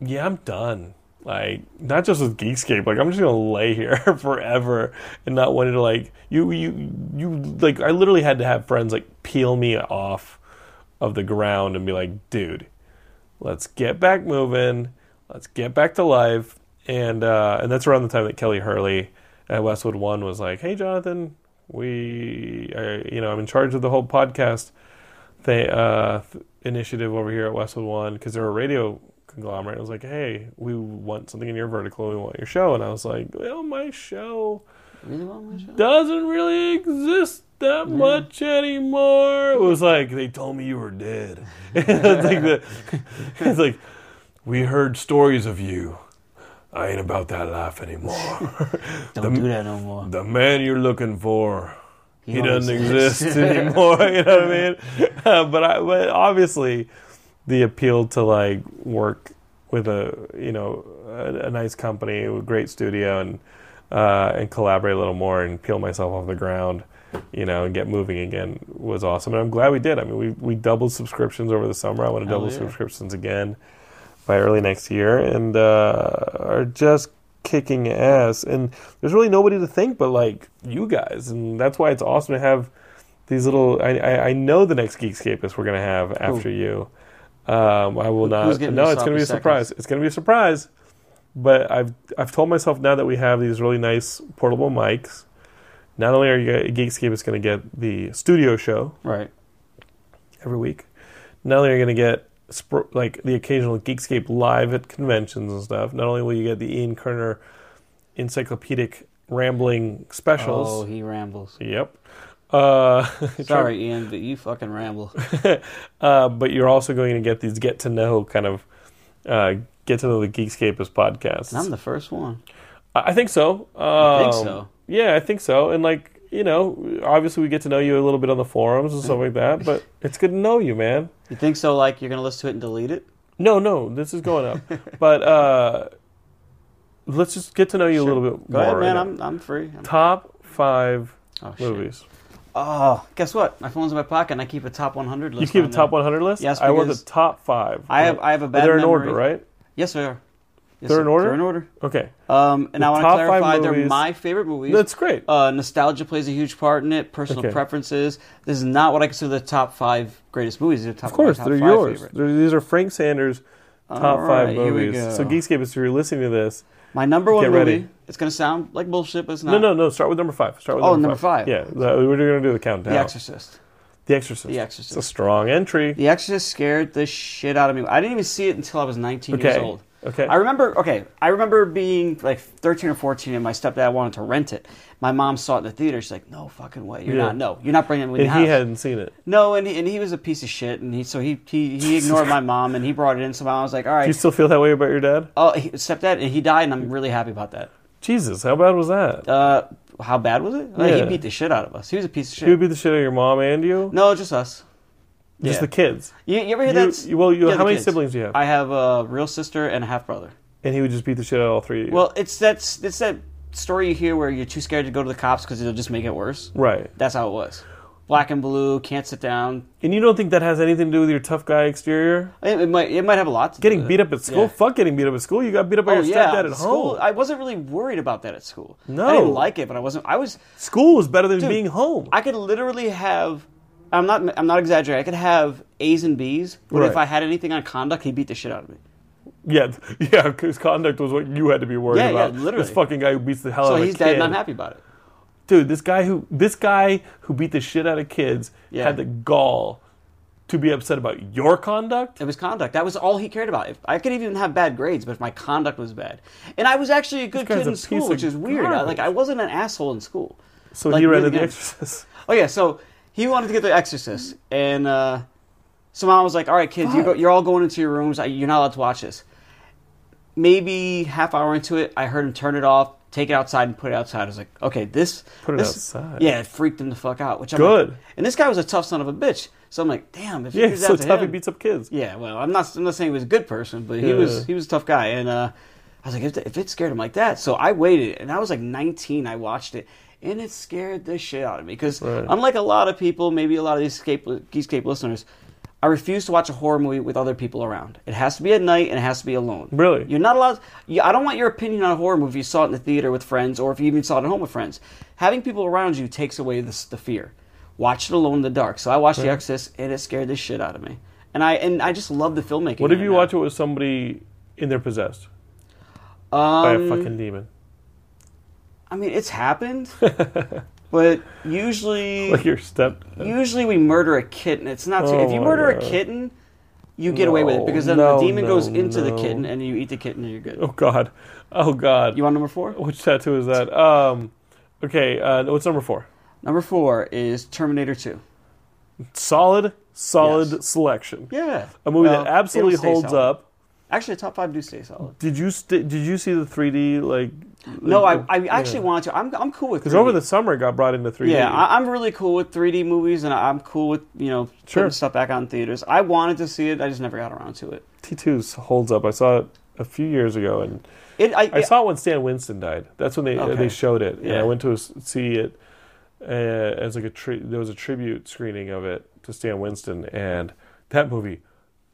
B: "Yeah, I'm done." Like not just with Geekscape, like I'm just gonna lay here forever and not wanting to like you you you like I literally had to have friends like peel me off of the ground and be like, "Dude, let's get back moving, let's get back to life. And uh, and that's around the time that Kelly Hurley at Westwood One was like, "Hey, Jonathan, we, are, you know, I'm in charge of the whole podcast th- uh, th- initiative over here at Westwood One because they're a radio conglomerate." I was like, "Hey, we want something in your vertical. We want your show." And I was like, "Well, my show."
C: Really well, my show?
B: doesn't really exist that much anymore. It was like they told me you were dead. it's like the, it's like we heard stories of you. I ain't about that life anymore.
C: Don't do that no more.
B: the man you're looking for, he,
C: don't
B: doesn't
C: exist.
B: exist anymore. you know what I mean? Uh, but I, but obviously, the appeal to like work with a you know a, a nice company, a great studio, and uh, and collaborate a little more and peel myself off the ground, you know, and get moving again was awesome. And I'm glad we did. I mean, we we doubled subscriptions over the summer. I want to double
C: yeah.
B: subscriptions again by early next year, and uh, are just kicking ass. And there's really nobody to thank but like you guys, and that's why it's awesome to have these little. I I, I know the next Geekscapist we're gonna have after you. Um, I will not.
C: who's getting
B: No,
C: the
B: it's gonna
C: sloppy
B: be a
C: seconds?
B: surprise. It's gonna be a surprise. But I've I've told myself now that we have these really nice portable mics. Not only are you Geekscapists going to get the studio show,
C: Right.
B: every week. Not only are you going to get spr- like the occasional Geekscape live at conventions and stuff, not only will you get the Ian Kerner encyclopedic rambling
C: Oh,
B: specials.
C: he rambles.
B: Yep. Uh,
C: Sorry, Ian, but you fucking ramble.
B: uh, but you're also going to get these get to know kind of uh, get to know the Geekscapist podcasts.
C: I'm the first one.
B: I I think so. Um,
C: think so.
B: Yeah, I think so. And like you know, obviously we get to know you a little bit on the forums and stuff like that. But it's good to know you, man.
C: You think so? Like you're gonna listen to it and delete it?
B: No, no, this is going up. but uh, let's just get to know you a little bit
C: Go
B: more.
C: ahead,
B: right
C: man.
B: now.
C: I'm I'm free. I'm-
B: Top five
C: Oh, shit.
B: movies.
C: Oh, guess what? My phone's in my pocket, and I keep a top 100
B: You
C: list.
B: keep
C: on
B: a top
C: there.
B: 100 list.
C: Yes,
B: I want the
C: because
B: top five.
C: I have- I have a bad
B: They're in order,
C: memory.
B: right?
C: Yes, they are. Yes,
B: They're
C: sir.
B: in order?
C: They're in order.
B: Okay,
C: Um, and I want to
B: top five
C: clarify, they're
B: movies-
C: my favorite movies.
B: that's great.
C: Uh, nostalgia plays a huge part in it. Personal
B: Okay.
C: preferences. This is not what I consider the top five greatest movies. These are top,
B: of course,
C: my top
B: they're
C: five
B: yours.
C: favorite.
B: They're- these are Frank Sanders' top
C: All
B: five
C: right, here we
B: movies.
C: go.
B: So, Geekscape, if you're listening to this,
C: My number one
B: Get
C: movie.
B: ready.
C: It's gonna sound like bullshit, but it's not.
B: no, no, no. Start with number five. Start with
C: Oh,
B: number
C: number five.
B: Yeah, the- we're going to do the countdown.
C: The Exorcist.
B: The Exorcist.
C: The Exorcist.
B: It's a strong entry.
C: The Exorcist scared the shit out of me. I didn't even see it until I was 19 years
B: Okay.
C: old.
B: Okay.
C: I remember. Okay. I remember being like 13 or 14, and my stepdad wanted to rent it. My mom saw it in the theater. She's like, "No fucking way. You're
B: Yeah.
C: not. No, you're not bringing it in
B: and
C: the house."
B: he hadn't seen it.
C: no, and he, and he was a piece of shit, and he so he he, he ignored my mom, and he brought it in. So I was like, "All
B: Do you
C: right."
B: still feel that way about your dad?
C: Oh, he, stepdad, and he died, and I'm really happy about that.
B: Jesus, how bad was that?
C: Uh, how bad was it? Like,
B: Yeah.
C: He beat the shit out of us. He was a piece of shit.
B: You would beat the shit out of your mom and you?
C: no, just us.
B: Just
C: yeah.
B: the kids.
C: You, you ever hear
B: You-
C: that? s-
B: you- well, you-
C: yeah,
B: how
C: the
B: many
C: kids.
B: siblings do you have?
C: I have a real sister and a half brother.
B: And he would just beat the shit out of all three of you.
C: Well, it's that's it's that story you hear where you're too scared to go to the cops because it'll just make it worse.
B: right.
C: That's how it was. Black and blue, can't sit down.
B: And you don't think that has anything to do with your tough guy exterior?
C: It, it might it might have a lot to do
B: Getting
C: with
B: beat
C: it.
B: up at school?
C: Yeah.
B: Fuck getting beat up at school. You got beat up by
C: Oh,
B: your
C: yeah,
B: stepdad at
C: school-
B: home.
C: I wasn't really worried about that at school.
B: No.
C: I didn't like it, but I wasn't. I was.
B: school is better than
C: Dude,
B: being home.
C: I could literally have. I'm not. I'm not exaggerating. I could have A's and B's, but if
B: Right.
C: I had anything on conduct, he beat the shit out of me.
B: yeah, th- yeah, because conduct was what you had to be worried
C: Yeah, yeah,
B: about.
C: literally.
B: This fucking guy who beats the hell
C: So
B: out of
C: he's
B: Oh, a
C: dead,
B: kid.
C: and I'm happy about it.
B: Dude, this guy who this guy who beat the shit out of kids
C: Yeah.
B: had the gall to be upset about your conduct.
C: It was conduct. That was all he cared about. If, I could even have bad grades, but if my conduct was bad, and I was actually a good
B: guy's
C: kid
B: a
C: in
B: piece
C: school,
B: of
C: which is weird. I, like
B: garbage.
C: I wasn't an asshole in school.
B: So
C: Like,
B: he
C: really
B: rented The
C: good.
B: Exorcist.
C: Oh yeah, so he wanted to get The Exorcist, and uh, so mom was like, "All right, kids, you're, go- you're all going into your rooms. I, you're not allowed to watch this." Maybe half hour into it, I heard him turn it off, take it outside, and put it outside. I was like, "Okay, this
B: Put it
C: this-
B: outside.
C: Yeah, it freaked him the fuck out. Which I'm
B: Good.
C: like- and this guy was a tough son of a bitch. So I'm like, "Damn, if
B: Yeah,
C: figures
B: so
C: out to
B: tough he
C: him-
B: beats up kids.
C: Yeah, well, I'm not. I'm not saying he was a good person, but he
B: Yeah.
C: was. He was a tough guy, and uh, I was like, if, if it scared him like that, so I waited, and I was like 19. I watched it, and it scared the shit out of me because unlike a lot of people, maybe a lot of these escape, escape listeners. I refuse to watch a horror movie with other people around. It has to be at night and it has to be alone.
B: Really?
C: You're not allowed. You, I don't want your opinion on a horror movie if you saw it in the theater with friends or if you even saw it at home with friends. Having people around you takes away the, s- the fear. Watch it alone in the dark. So I watched The Exorcist and it scared the shit out of me. And I and I just love the filmmaking.
B: What if
C: in it
B: you
C: now.
B: watch it with somebody in their possessed? by
C: Um,
B: a fucking demon.
C: I mean, it's happened, but usually
B: Like your step.
C: usually we murder a kitten. It's not. Too,
B: Oh
C: if you
B: my
C: murder
B: God.
C: a kitten, you get away with it
B: No,
C: because then
B: no,
C: the demon
B: no,
C: goes into the
B: no.
C: kitten and you eat the kitten and you're good.
B: Oh god. Oh god.
C: You want number four?
B: Which tattoo is that? Um okay, uh, what's number 4?
C: Number four is Terminator Two.
B: Solid solid
C: Yes.
B: selection.
C: Yeah,
B: A movie
C: Well,
B: that absolutely
C: it'll stay
B: holds
C: solid.
B: up.
C: Actually, the top five do stay solid.
B: Did you st- did you see the 3D like?
C: No, I, I actually want to. I'm, I'm cool with
B: Because over the summer it got brought into 3D.
C: Yeah, I, I'm really cool with 3D movies, and I- I'm cool with you know putting
B: Sure.
C: stuff back out in theaters. I wanted to see it, I just never got around to it.
B: T2 holds up. I saw it a few years ago and.
C: It I,
B: I saw it when Stan Winston died. That's when they
C: Okay.
B: they showed it, and
C: Yeah.
B: I went to s- see it uh, as like a tri- there was a tribute screening of it to Stan Winston, and that movie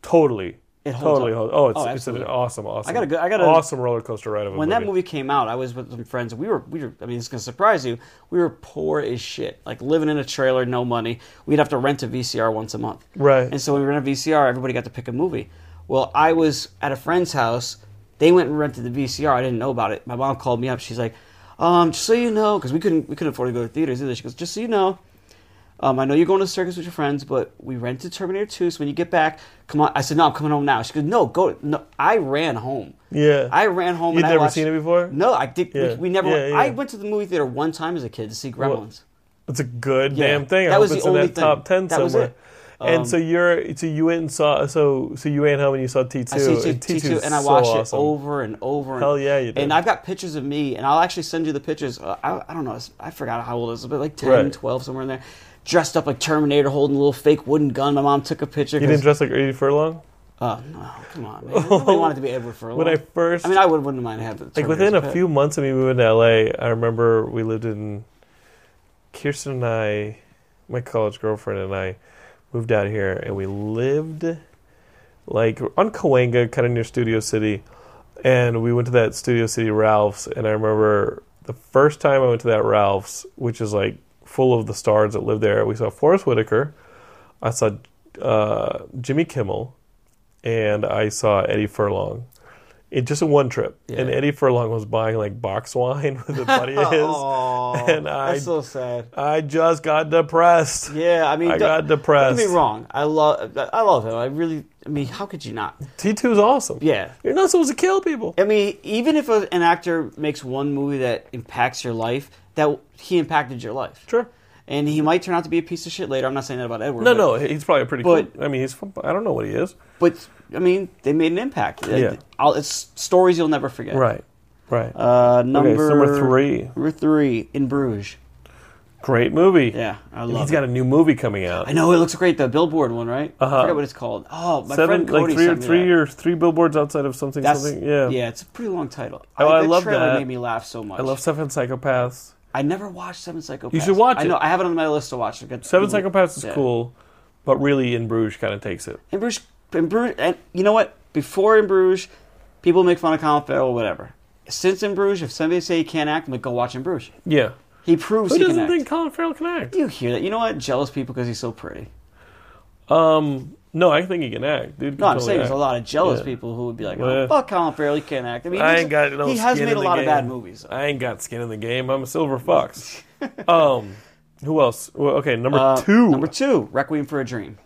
B: totally,
C: It holds
B: totally,
C: up.
B: holds. oh, it's,
C: Oh,
B: it's an
C: absolutely.
B: awesome, awesome,
C: gotta go- I gotta-
B: awesome roller coaster ride of a
C: when
B: movie.
C: that movie came out, I was with some friends. We were, we were. I mean, it's gonna surprise you. We were poor as shit, like living in a trailer, no money. We'd have to rent a VCR once a month.
B: Right.
C: And so when we rented a VCR, everybody got to pick a movie. Well, I was at a friend's house. They went and rented the VCR. I didn't know about it. My mom called me up. She's like, um, "Just so you know, because we couldn't we couldn't afford to go to theaters either." She goes, "Just so you know." Um, I know you're going to the circus with your friends, but we rented Terminator 2, so when you get back, come on. I said, no, I'm coming home now. She goes, no, go. No. I ran home.
B: Yeah.
C: I ran home.
B: You'd
C: and I
B: never
C: watched-
B: seen it before?
C: No, I did.
B: Yeah.
C: We, we never.
B: Yeah,
C: went,
B: yeah.
C: I went to the movie theater one time as a kid to see Gremlins.
B: it's a good
C: Yeah.
B: damn thing. I
C: That
B: hope
C: was the
B: it's in
C: only
B: that
C: thing.
B: top ten
C: That was
B: somewhere.
C: it. Um,
B: and so you're so you went and saw so so you ran home and you saw T two.
C: I see T two, and I watched it over and over. And,
B: Hell yeah, you did.
C: And I've got pictures of me, and I'll actually send you the pictures. Uh, I, I don't know. it's- I forgot how old I was, but like 10,
B: Right.
C: 12, somewhere in there, dressed up like Terminator, holding a little fake wooden gun. My mom took a picture.
B: You didn't dress like Eddie Furlong.
C: Oh no! Come on, man. Nobody wanted to be Edward Furlong.
B: When I first-
C: I mean, I would, wouldn't mind having the
B: Like within a
C: Terminator's pet.
B: few months of me moving to LA, I remember we lived in Kirsten and I, my college girlfriend and I, moved out here, and we lived like on Cahuenga, kind of near Studio City, and we went to that Studio City Ralph's, and I remember the first time I went to that Ralph's, which is like full of the stars that live there. We saw Forrest Whitaker, I saw uh, Jimmy Kimmel, and I saw Eddie Furlong. It just in one trip, and Eddie Furlong was buying like box wine with a buddy of his, and I
C: That's so sad.
B: I just got depressed.
C: Yeah, I
B: I
C: mean, don't-
B: got
C: Don't get
B: depressed.
C: me wrong. I love, I love him. I really, I mean, how could you not?
B: T two is awesome.
C: Yeah.
B: you're not supposed to kill people.
C: I mean, even if a, an actor makes one movie that impacts your life, that he impacted your life.
B: Sure.
C: And he might turn out to be a piece of shit later. I'm not saying that about Edward.
B: No,
C: but-
B: no, he's probably a pretty.
C: But-
B: cool. I mean, he's. from- I don't know what he is.
C: But I mean, they made an impact.
B: Yeah.
C: I'll, it's stories you'll never forget.
B: Right, right.
C: Uh, number,
B: number three.
C: Number three in Bruges.
B: Great movie.
C: Yeah, I
B: And
C: love
B: He's
C: it.
B: got a new movie coming out.
C: I know it looks great. The billboard one, right? I forget what it's called. Oh,
B: Uh-huh.
C: my
B: Seven,
C: friend Cody
B: like three or
C: sent me that.
B: three or three billboards outside of something.
C: That's,
B: something. Yeah,
C: it's a pretty long title.
B: Oh, I
C: that
B: love
C: trailer
B: that.
C: made me laugh so much.
B: I love Seven Psychopaths.
C: I never watched Seven Psychopaths.
B: You should watch
C: I know.
B: it.
C: I have it on my list to watch. I've got-
B: Seven Psychopaths is
C: Yeah.
B: cool, but really In Bruges kind of takes it.
C: In Bruges, in Bruges, and you know what? Before In Bruges, people make fun of Colin Farrell, whatever. Since In Bruges, if somebody say he can't act, I'm like, go watch In Bruges.
B: Yeah.
C: He proves
B: Who
C: he can
B: doesn't
C: act.
B: think Colin Farrell can act?
C: you hear that? You know what? Jealous people because he's so pretty.
B: Um, no, I think he can act, dude. can
C: No, I'm
B: totally
C: saying there's
B: act.
C: a lot of jealous
B: Yeah.
C: people who would be like,
B: Well,
C: oh,
B: yeah.
C: fuck Colin Farrell, he can't act. I mean,
B: I
C: he's-
B: ain't got no
C: he has
B: skin
C: made
B: in
C: a
B: the
C: lot of
B: game.
C: bad movies.
B: I ain't got skin in the game. I'm a silver fox. um, who else? Well, okay, number two.
C: Uh, Number two, Requiem for a Dream.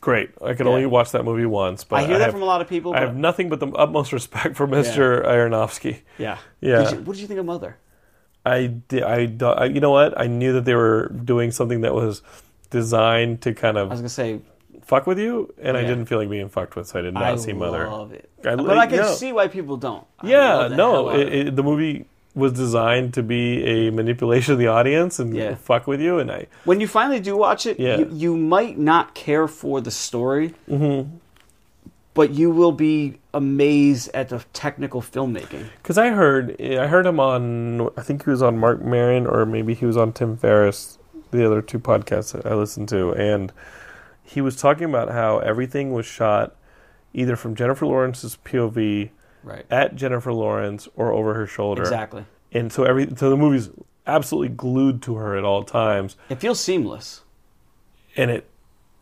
B: Great. I can
C: Yeah.
B: only watch that movie once, but
C: I hear that
B: have-
C: from a lot of people,
B: I
C: but-
B: have nothing but the utmost respect for Mr. Aronofsky.
C: Yeah.
B: Yeah.
C: Did you, what did you think of Mother?
B: I did. I, do- I- You know what? I knew that they were doing something that was designed to kind
C: I was
B: of
C: gonna say
B: fuck with you, and I
C: Yeah.
B: didn't feel like being fucked with, so I did not
C: I
B: see Mother.
C: love it,
B: I
C: but
B: li-
C: I can
B: no.
C: see why people don't. I
B: Yeah,
C: love the hell
B: no,
C: out of
B: it,
C: it.
B: it, the movie was designed to be a manipulation of the audience and
C: Yeah.
B: fuck with you, and I.
C: when you finally do watch it,
B: Yeah.
C: you, you might not care for the story,
B: Mm-hmm.
C: but you will be amazed at the technical filmmaking.
B: Because I heard, I heard him on, I think he was on Mark Maron or maybe he was on Tim Ferriss, the other two podcasts that I listened to, and he was talking about how everything was shot either from Jennifer Lawrence's POV,
C: Right.
B: at Jennifer Lawrence or over her shoulder,
C: Exactly.
B: And so every so the movie's absolutely glued to her at all times,
C: It feels seamless.
B: and it.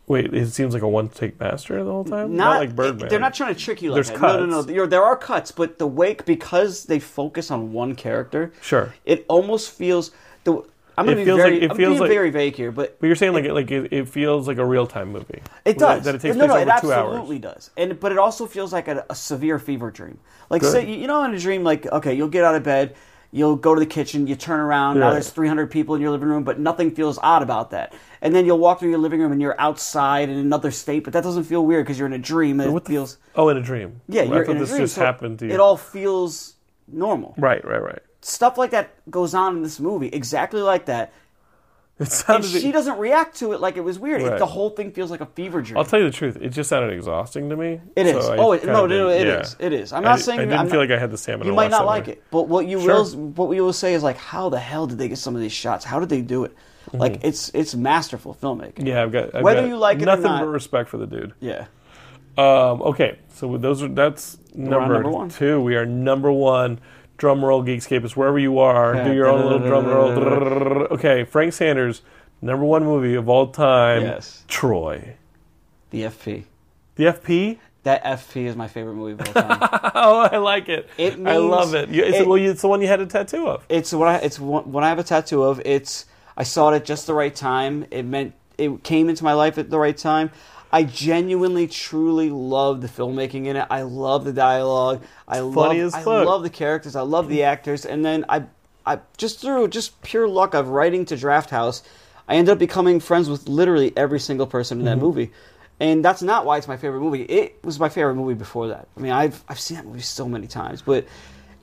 B: Wait, it seems like a one take master the whole time.
C: Not,
B: like Birdman.
C: They're not trying to trick you like
B: There's
C: that. No, no, no.
B: cuts.
C: You're, there are cuts, but the wake because they focus on one character.
B: Sure.
C: It almost feels the.
B: It
C: I'm gonna be
B: feels
C: very.
B: like- it
C: I'm
B: feels
C: being
B: like-
C: very vague here, but
B: But you're saying like it, like it, it feels like a real time movie. That-
C: It does.
B: That it takes
C: no,
B: place
C: no,
B: over
C: it
B: two
C: absolutely
B: hours.
C: does. And but it also feels like a, a severe fever dream. Like say you know in a dream like okay, you'll get out of bed, You'll go to the kitchen, you turn around, now
B: Right.
C: there's 300 people in your living room, but nothing feels odd about that. And then you'll walk through your living room and you're outside in another state, but that doesn't feel weird because you're in a dream. And it feels
B: Oh, in a dream.
C: yeah,
B: Well,
C: you're
B: I thought
C: in a
B: this
C: dream,
B: just
C: so
B: happened to you.
C: It all feels normal.
B: right, right, right.
C: Stuff like that goes on in this movie, exactly like that.
B: It
C: And
B: sounded.
C: she doesn't react to it like it was weird. It,
B: Right.
C: the whole thing feels like a fever dream.
B: I'll tell you the truth. It just sounded exhausting to me.
C: It is.
B: So I
C: oh, it, no,
B: kinda
C: no,
B: didn't-
C: it
B: yeah.
C: is. It is. I'm
B: I
C: not
B: di-
C: saying
B: I didn't
C: I'm
B: feel like I had the stamina.
C: You
B: to
C: might
B: watch
C: not
B: that
C: like
B: movie.
C: it, but what you
B: Sure.
C: will, what we will say is like, how the hell did they get some of these shots? How did they do it? Like it's it's masterful filmmaking.
B: Mm-hmm. Yeah, I've got. I've
C: Whether
B: got
C: you like it or
B: nothing
C: not.
B: but respect for the dude.
C: Yeah.
B: Um, okay, so with those are that's
C: on
B: number,
C: number one.
B: two. We are number one. Drum roll, Geekscape is wherever you are.
C: Yeah.
B: Do your own little drum roll. Okay, Frank Sanders, number one movie of all time.
C: Yes.
B: Troy.
C: The FP.
B: The FP.
C: That FP is my favorite movie of all time.
B: Oh, I like it.
C: It
B: I
C: means-
B: love it. You- It's,
C: it-
B: well, you- it's the one you had a tattoo of.
C: it's what I it's what, what I have a tattoo of. It's I saw it at just the right time. It meant it came into my life at the right time. I genuinely, truly love the filmmaking in it. I love the dialogue. I love
B: funny as
C: I
B: fuck.
C: love the characters. I love the actors. And then I, I just through just pure luck of writing to Draft House, I ended up becoming friends with literally every single person in that
B: Mm-hmm.
C: movie. And that's not why it's my favorite movie. It was my favorite movie before that. I mean, I've I've seen that movie so many times, but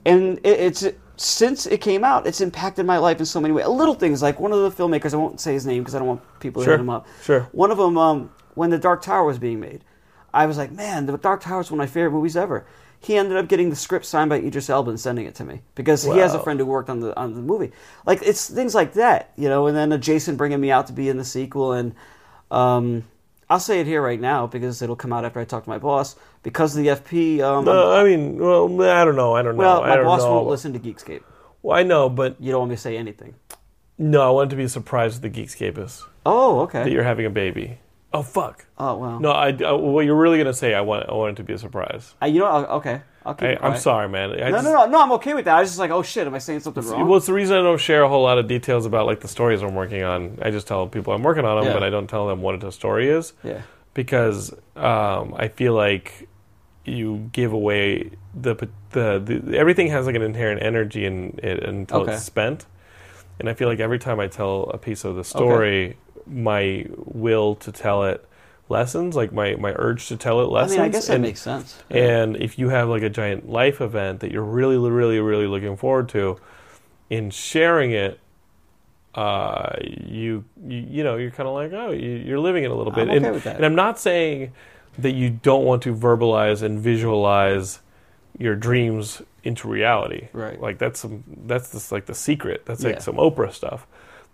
C: and it, it's since it came out, it's impacted my life in so many ways. Little things like one of the filmmakers, I won't say his name because I don't want people to
B: Sure,
C: hit him up.
B: sure.
C: One of them, um, when the Dark Tower was being made, I was like, man, the Dark Tower is one of my favorite movies ever. He ended up getting the script signed by Idris Elba and sending it to me because he has a
B: Wow.
C: friend who worked on the on the movie. Like it's things like that, you know. And then uh, Jason bringing me out to be in the sequel, and um, I'll say it here right now because it'll come out after I talk to my boss because of the FP. Um,
B: Uh, I mean, well, I don't know. I don't
C: well,
B: know. I
C: my
B: don't
C: boss
B: know.
C: won't listen to Geekscape.
B: Well, I know, but
C: You don't want me to say anything.
B: no, I wanted to be surprised with the Geekscape is
C: Oh,
B: that
C: okay.
B: you're having a baby. Oh fuck.
C: Oh, wow.
B: No, I, I- what you're really gonna say? I want. I want it to be a surprise.
C: I, Uh, you know, I'll- okay. I'll keep
B: I,
C: it
B: I'm
C: quiet.
B: sorry, man. I
C: No,
B: just-
C: no, no, no. I'm okay with that. I was just like, oh shit, am I saying something wrong?
B: Well, it's the reason I don't share a whole lot of details about like the stories I'm working on. I just tell people I'm working on them,
C: Yeah.
B: but I don't tell them what a story is.
C: Yeah.
B: Because um, I feel like you give away the, pot- the the everything has like an inherent energy in it until
C: Okay.
B: it's spent, and I feel like every time I tell a piece of the story, my will to tell it lessens, like my my urge to tell it
C: I
B: lessens.
C: mean, I guess that
B: and-
C: makes sense.
B: and if you have like a giant life event that you're really, really, really looking forward to, in sharing it, uh, you, you you know you're kind of like oh you, you're living it a little bit.
C: I'm okay
B: and,
C: with that.
B: and I'm not saying that you don't want to verbalize and visualize your dreams into reality.
C: Right.
B: Like that's some that's just like the secret. That's
C: Yeah.
B: like some Oprah stuff.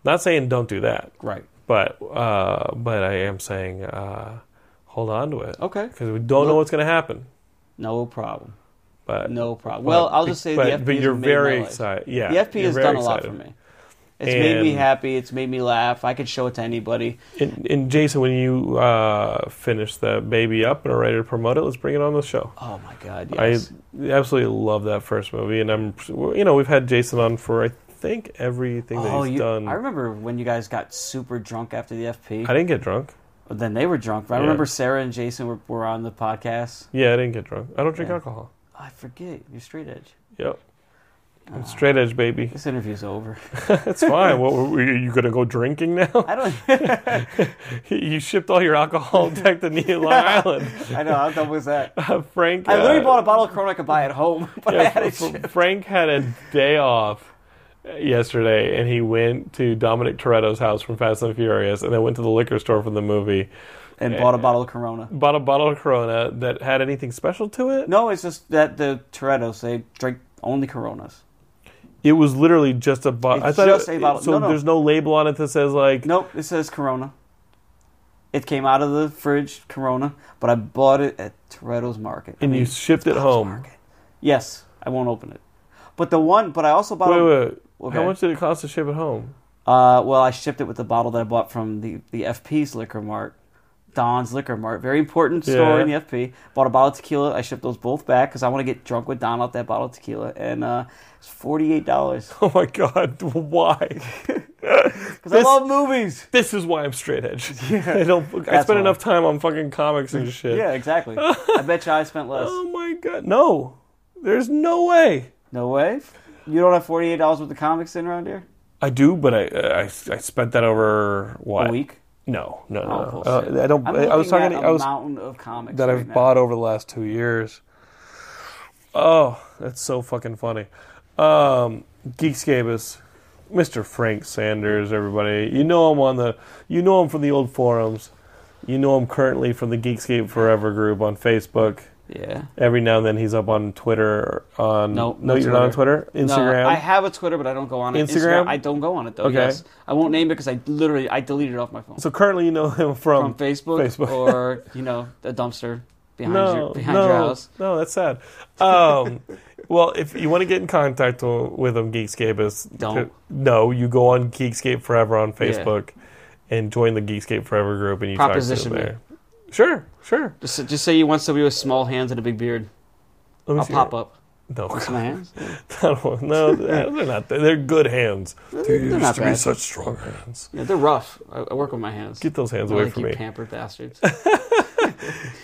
B: Not saying don't do that
C: Right.
B: but uh, but I am saying uh, hold on to it.
C: Okay.
B: Because we don't know
C: Look-
B: what's going to happen.
C: No problem.
B: But
C: No problem. Well, I'll
B: be-
C: just say
B: but,
C: the FP
B: But
C: has
B: you're
C: made
B: very
C: my life.
B: excited. Yeah,
C: The FP
B: you're
C: has
B: very
C: done a lot for
B: excited.
C: me. It's made me
B: And-
C: happy. It's made me laugh. I could show it to anybody.
B: And, and Jason, when you uh, finish the baby up and are ready to promote it, let's bring it on the show.
C: Oh my god! Yes.
B: I absolutely love that first movie, and I'm you know we've had Jason on for I think everything that
C: oh,
B: he's
C: you,
B: done.
C: I remember when you guys got super drunk after the FP.
B: I didn't get drunk.
C: then they were drunk. I remember Sarah and Jason were, were on the podcast.
B: Yeah, I didn't get drunk. I don't drink
C: Yeah.
B: alcohol.
C: I forget. You're straight edge.
B: Yep.
C: Ah.
B: I'm straight edge, baby.
C: This interview's over.
B: That's fine. what, were- are you going to go drinking now?
C: I don't.
B: You shipped all your alcohol back to Neil Long Island,
C: I know. How dumb was that?
B: Uh, Frank.
C: I literally
B: uh,
C: bought a bottle of Corona I could buy at home, but I
B: yeah,
C: had it
B: Fr- Fr-
C: shipped.
B: Frank had a day off yesterday, and he went to Dominic Toretto's house from Fast and Furious, and then went to the liquor store for the movie.
C: and bought a bottle of Corona.
B: Bought a bottle of Corona that had anything special to it.
C: No, it's just that the Toretto's they drink only Coronas.
B: It was literally just a bottle.
C: It's just a bottle.
B: So
C: No, no.
B: there's no label on it that says like.
C: Nope, it says Corona. It came out of the fridge, Corona, but I bought it at Toretto's Market. I
B: And you
C: mean,
B: shipped it home.
C: yes, I won't open it. But the one, but I also bought.
B: Wait,
C: a-
B: wait.
C: Okay.
B: How much did it cost to ship it home?
C: Uh, well, I shipped it with the bottle that I bought from the, the FP's Liquor Mart, Don's Liquor Mart. Very important store
B: Yeah.
C: in the FP. Bought a bottle of tequila. I shipped those both back because I want to get drunk with Don off that bottle of tequila. And uh, it's $48.
B: Oh my God! Why?
C: Because I love movies.
B: this is why I'm straight edge. I don't. I
C: That's
B: spend
C: why. Mm.
B: enough time on fucking comics and shit.
C: Yeah, exactly. I bet you I spent less.
B: Oh my god. No. There's no way.
C: No way. You don't have forty eight dollars worth of comics in around here.
B: I do, but I uh, I, I spent that over what
C: A week?
B: No, no, no.
C: Oh,
B: no.
C: bullshit.
B: Uh, I don't.
C: I'm
B: I was
C: looking
B: talking.
C: At
B: I
C: a
B: was
C: mountain of comics
B: that
C: right
B: I've
C: now.
B: bought over the last two years. Oh, that's so fucking funny. Um, Geekscape is Mr. Frank Sanders. Everybody, you know him on the, you know him from the old forums. You know him currently from the Geekscape Forever group on Facebook.
C: Yeah.
B: Every now and then he's up on Twitter. On
C: No,
B: no,
C: no
B: you're not on Twitter.
C: Twitter.
B: Instagram.
C: No, I have a Twitter, but I don't go on it.
B: Instagram?
C: I don't go on it though.
B: Okay.
C: Yes. I won't name it because I literally I deleted it off my phone
B: so currently, you know him from,
C: from Facebook,
B: Facebook.
C: or you know a dumpster behind your behind
B: no,
C: your house.
B: No, that's sad. Um, well, if you want to get in contact w- with them, Geekscape is
C: Don't.
B: no. You go on Geekscape Forever on Facebook and join the Geekscape Forever group, and you talk
C: Proposition me.
B: to them there. Sure, sure.
C: Just, just say you want somebody with small hands and a big beard.
B: Let me
C: I'll
B: see
C: pop
B: your-
C: up.
B: No,
C: My hands.
B: no, no, they're not. They're good hands. They used
C: not
B: to be
C: bad.
B: such strong hands.
C: Yeah, they're rough. I, I work with my hands.
B: Get those hands
C: I
B: away
C: like
B: from
C: you
B: me.
C: pampered bastards.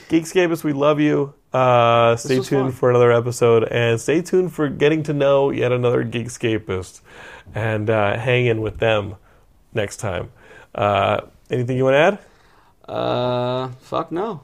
B: Geekscapists, we love you. Uh, stay tuned
C: was fun.
B: for another episode, and stay tuned for getting to know yet another Geekscapist, and uh, hang in with them next time. Uh, anything you want to add?
C: uh, fuck no.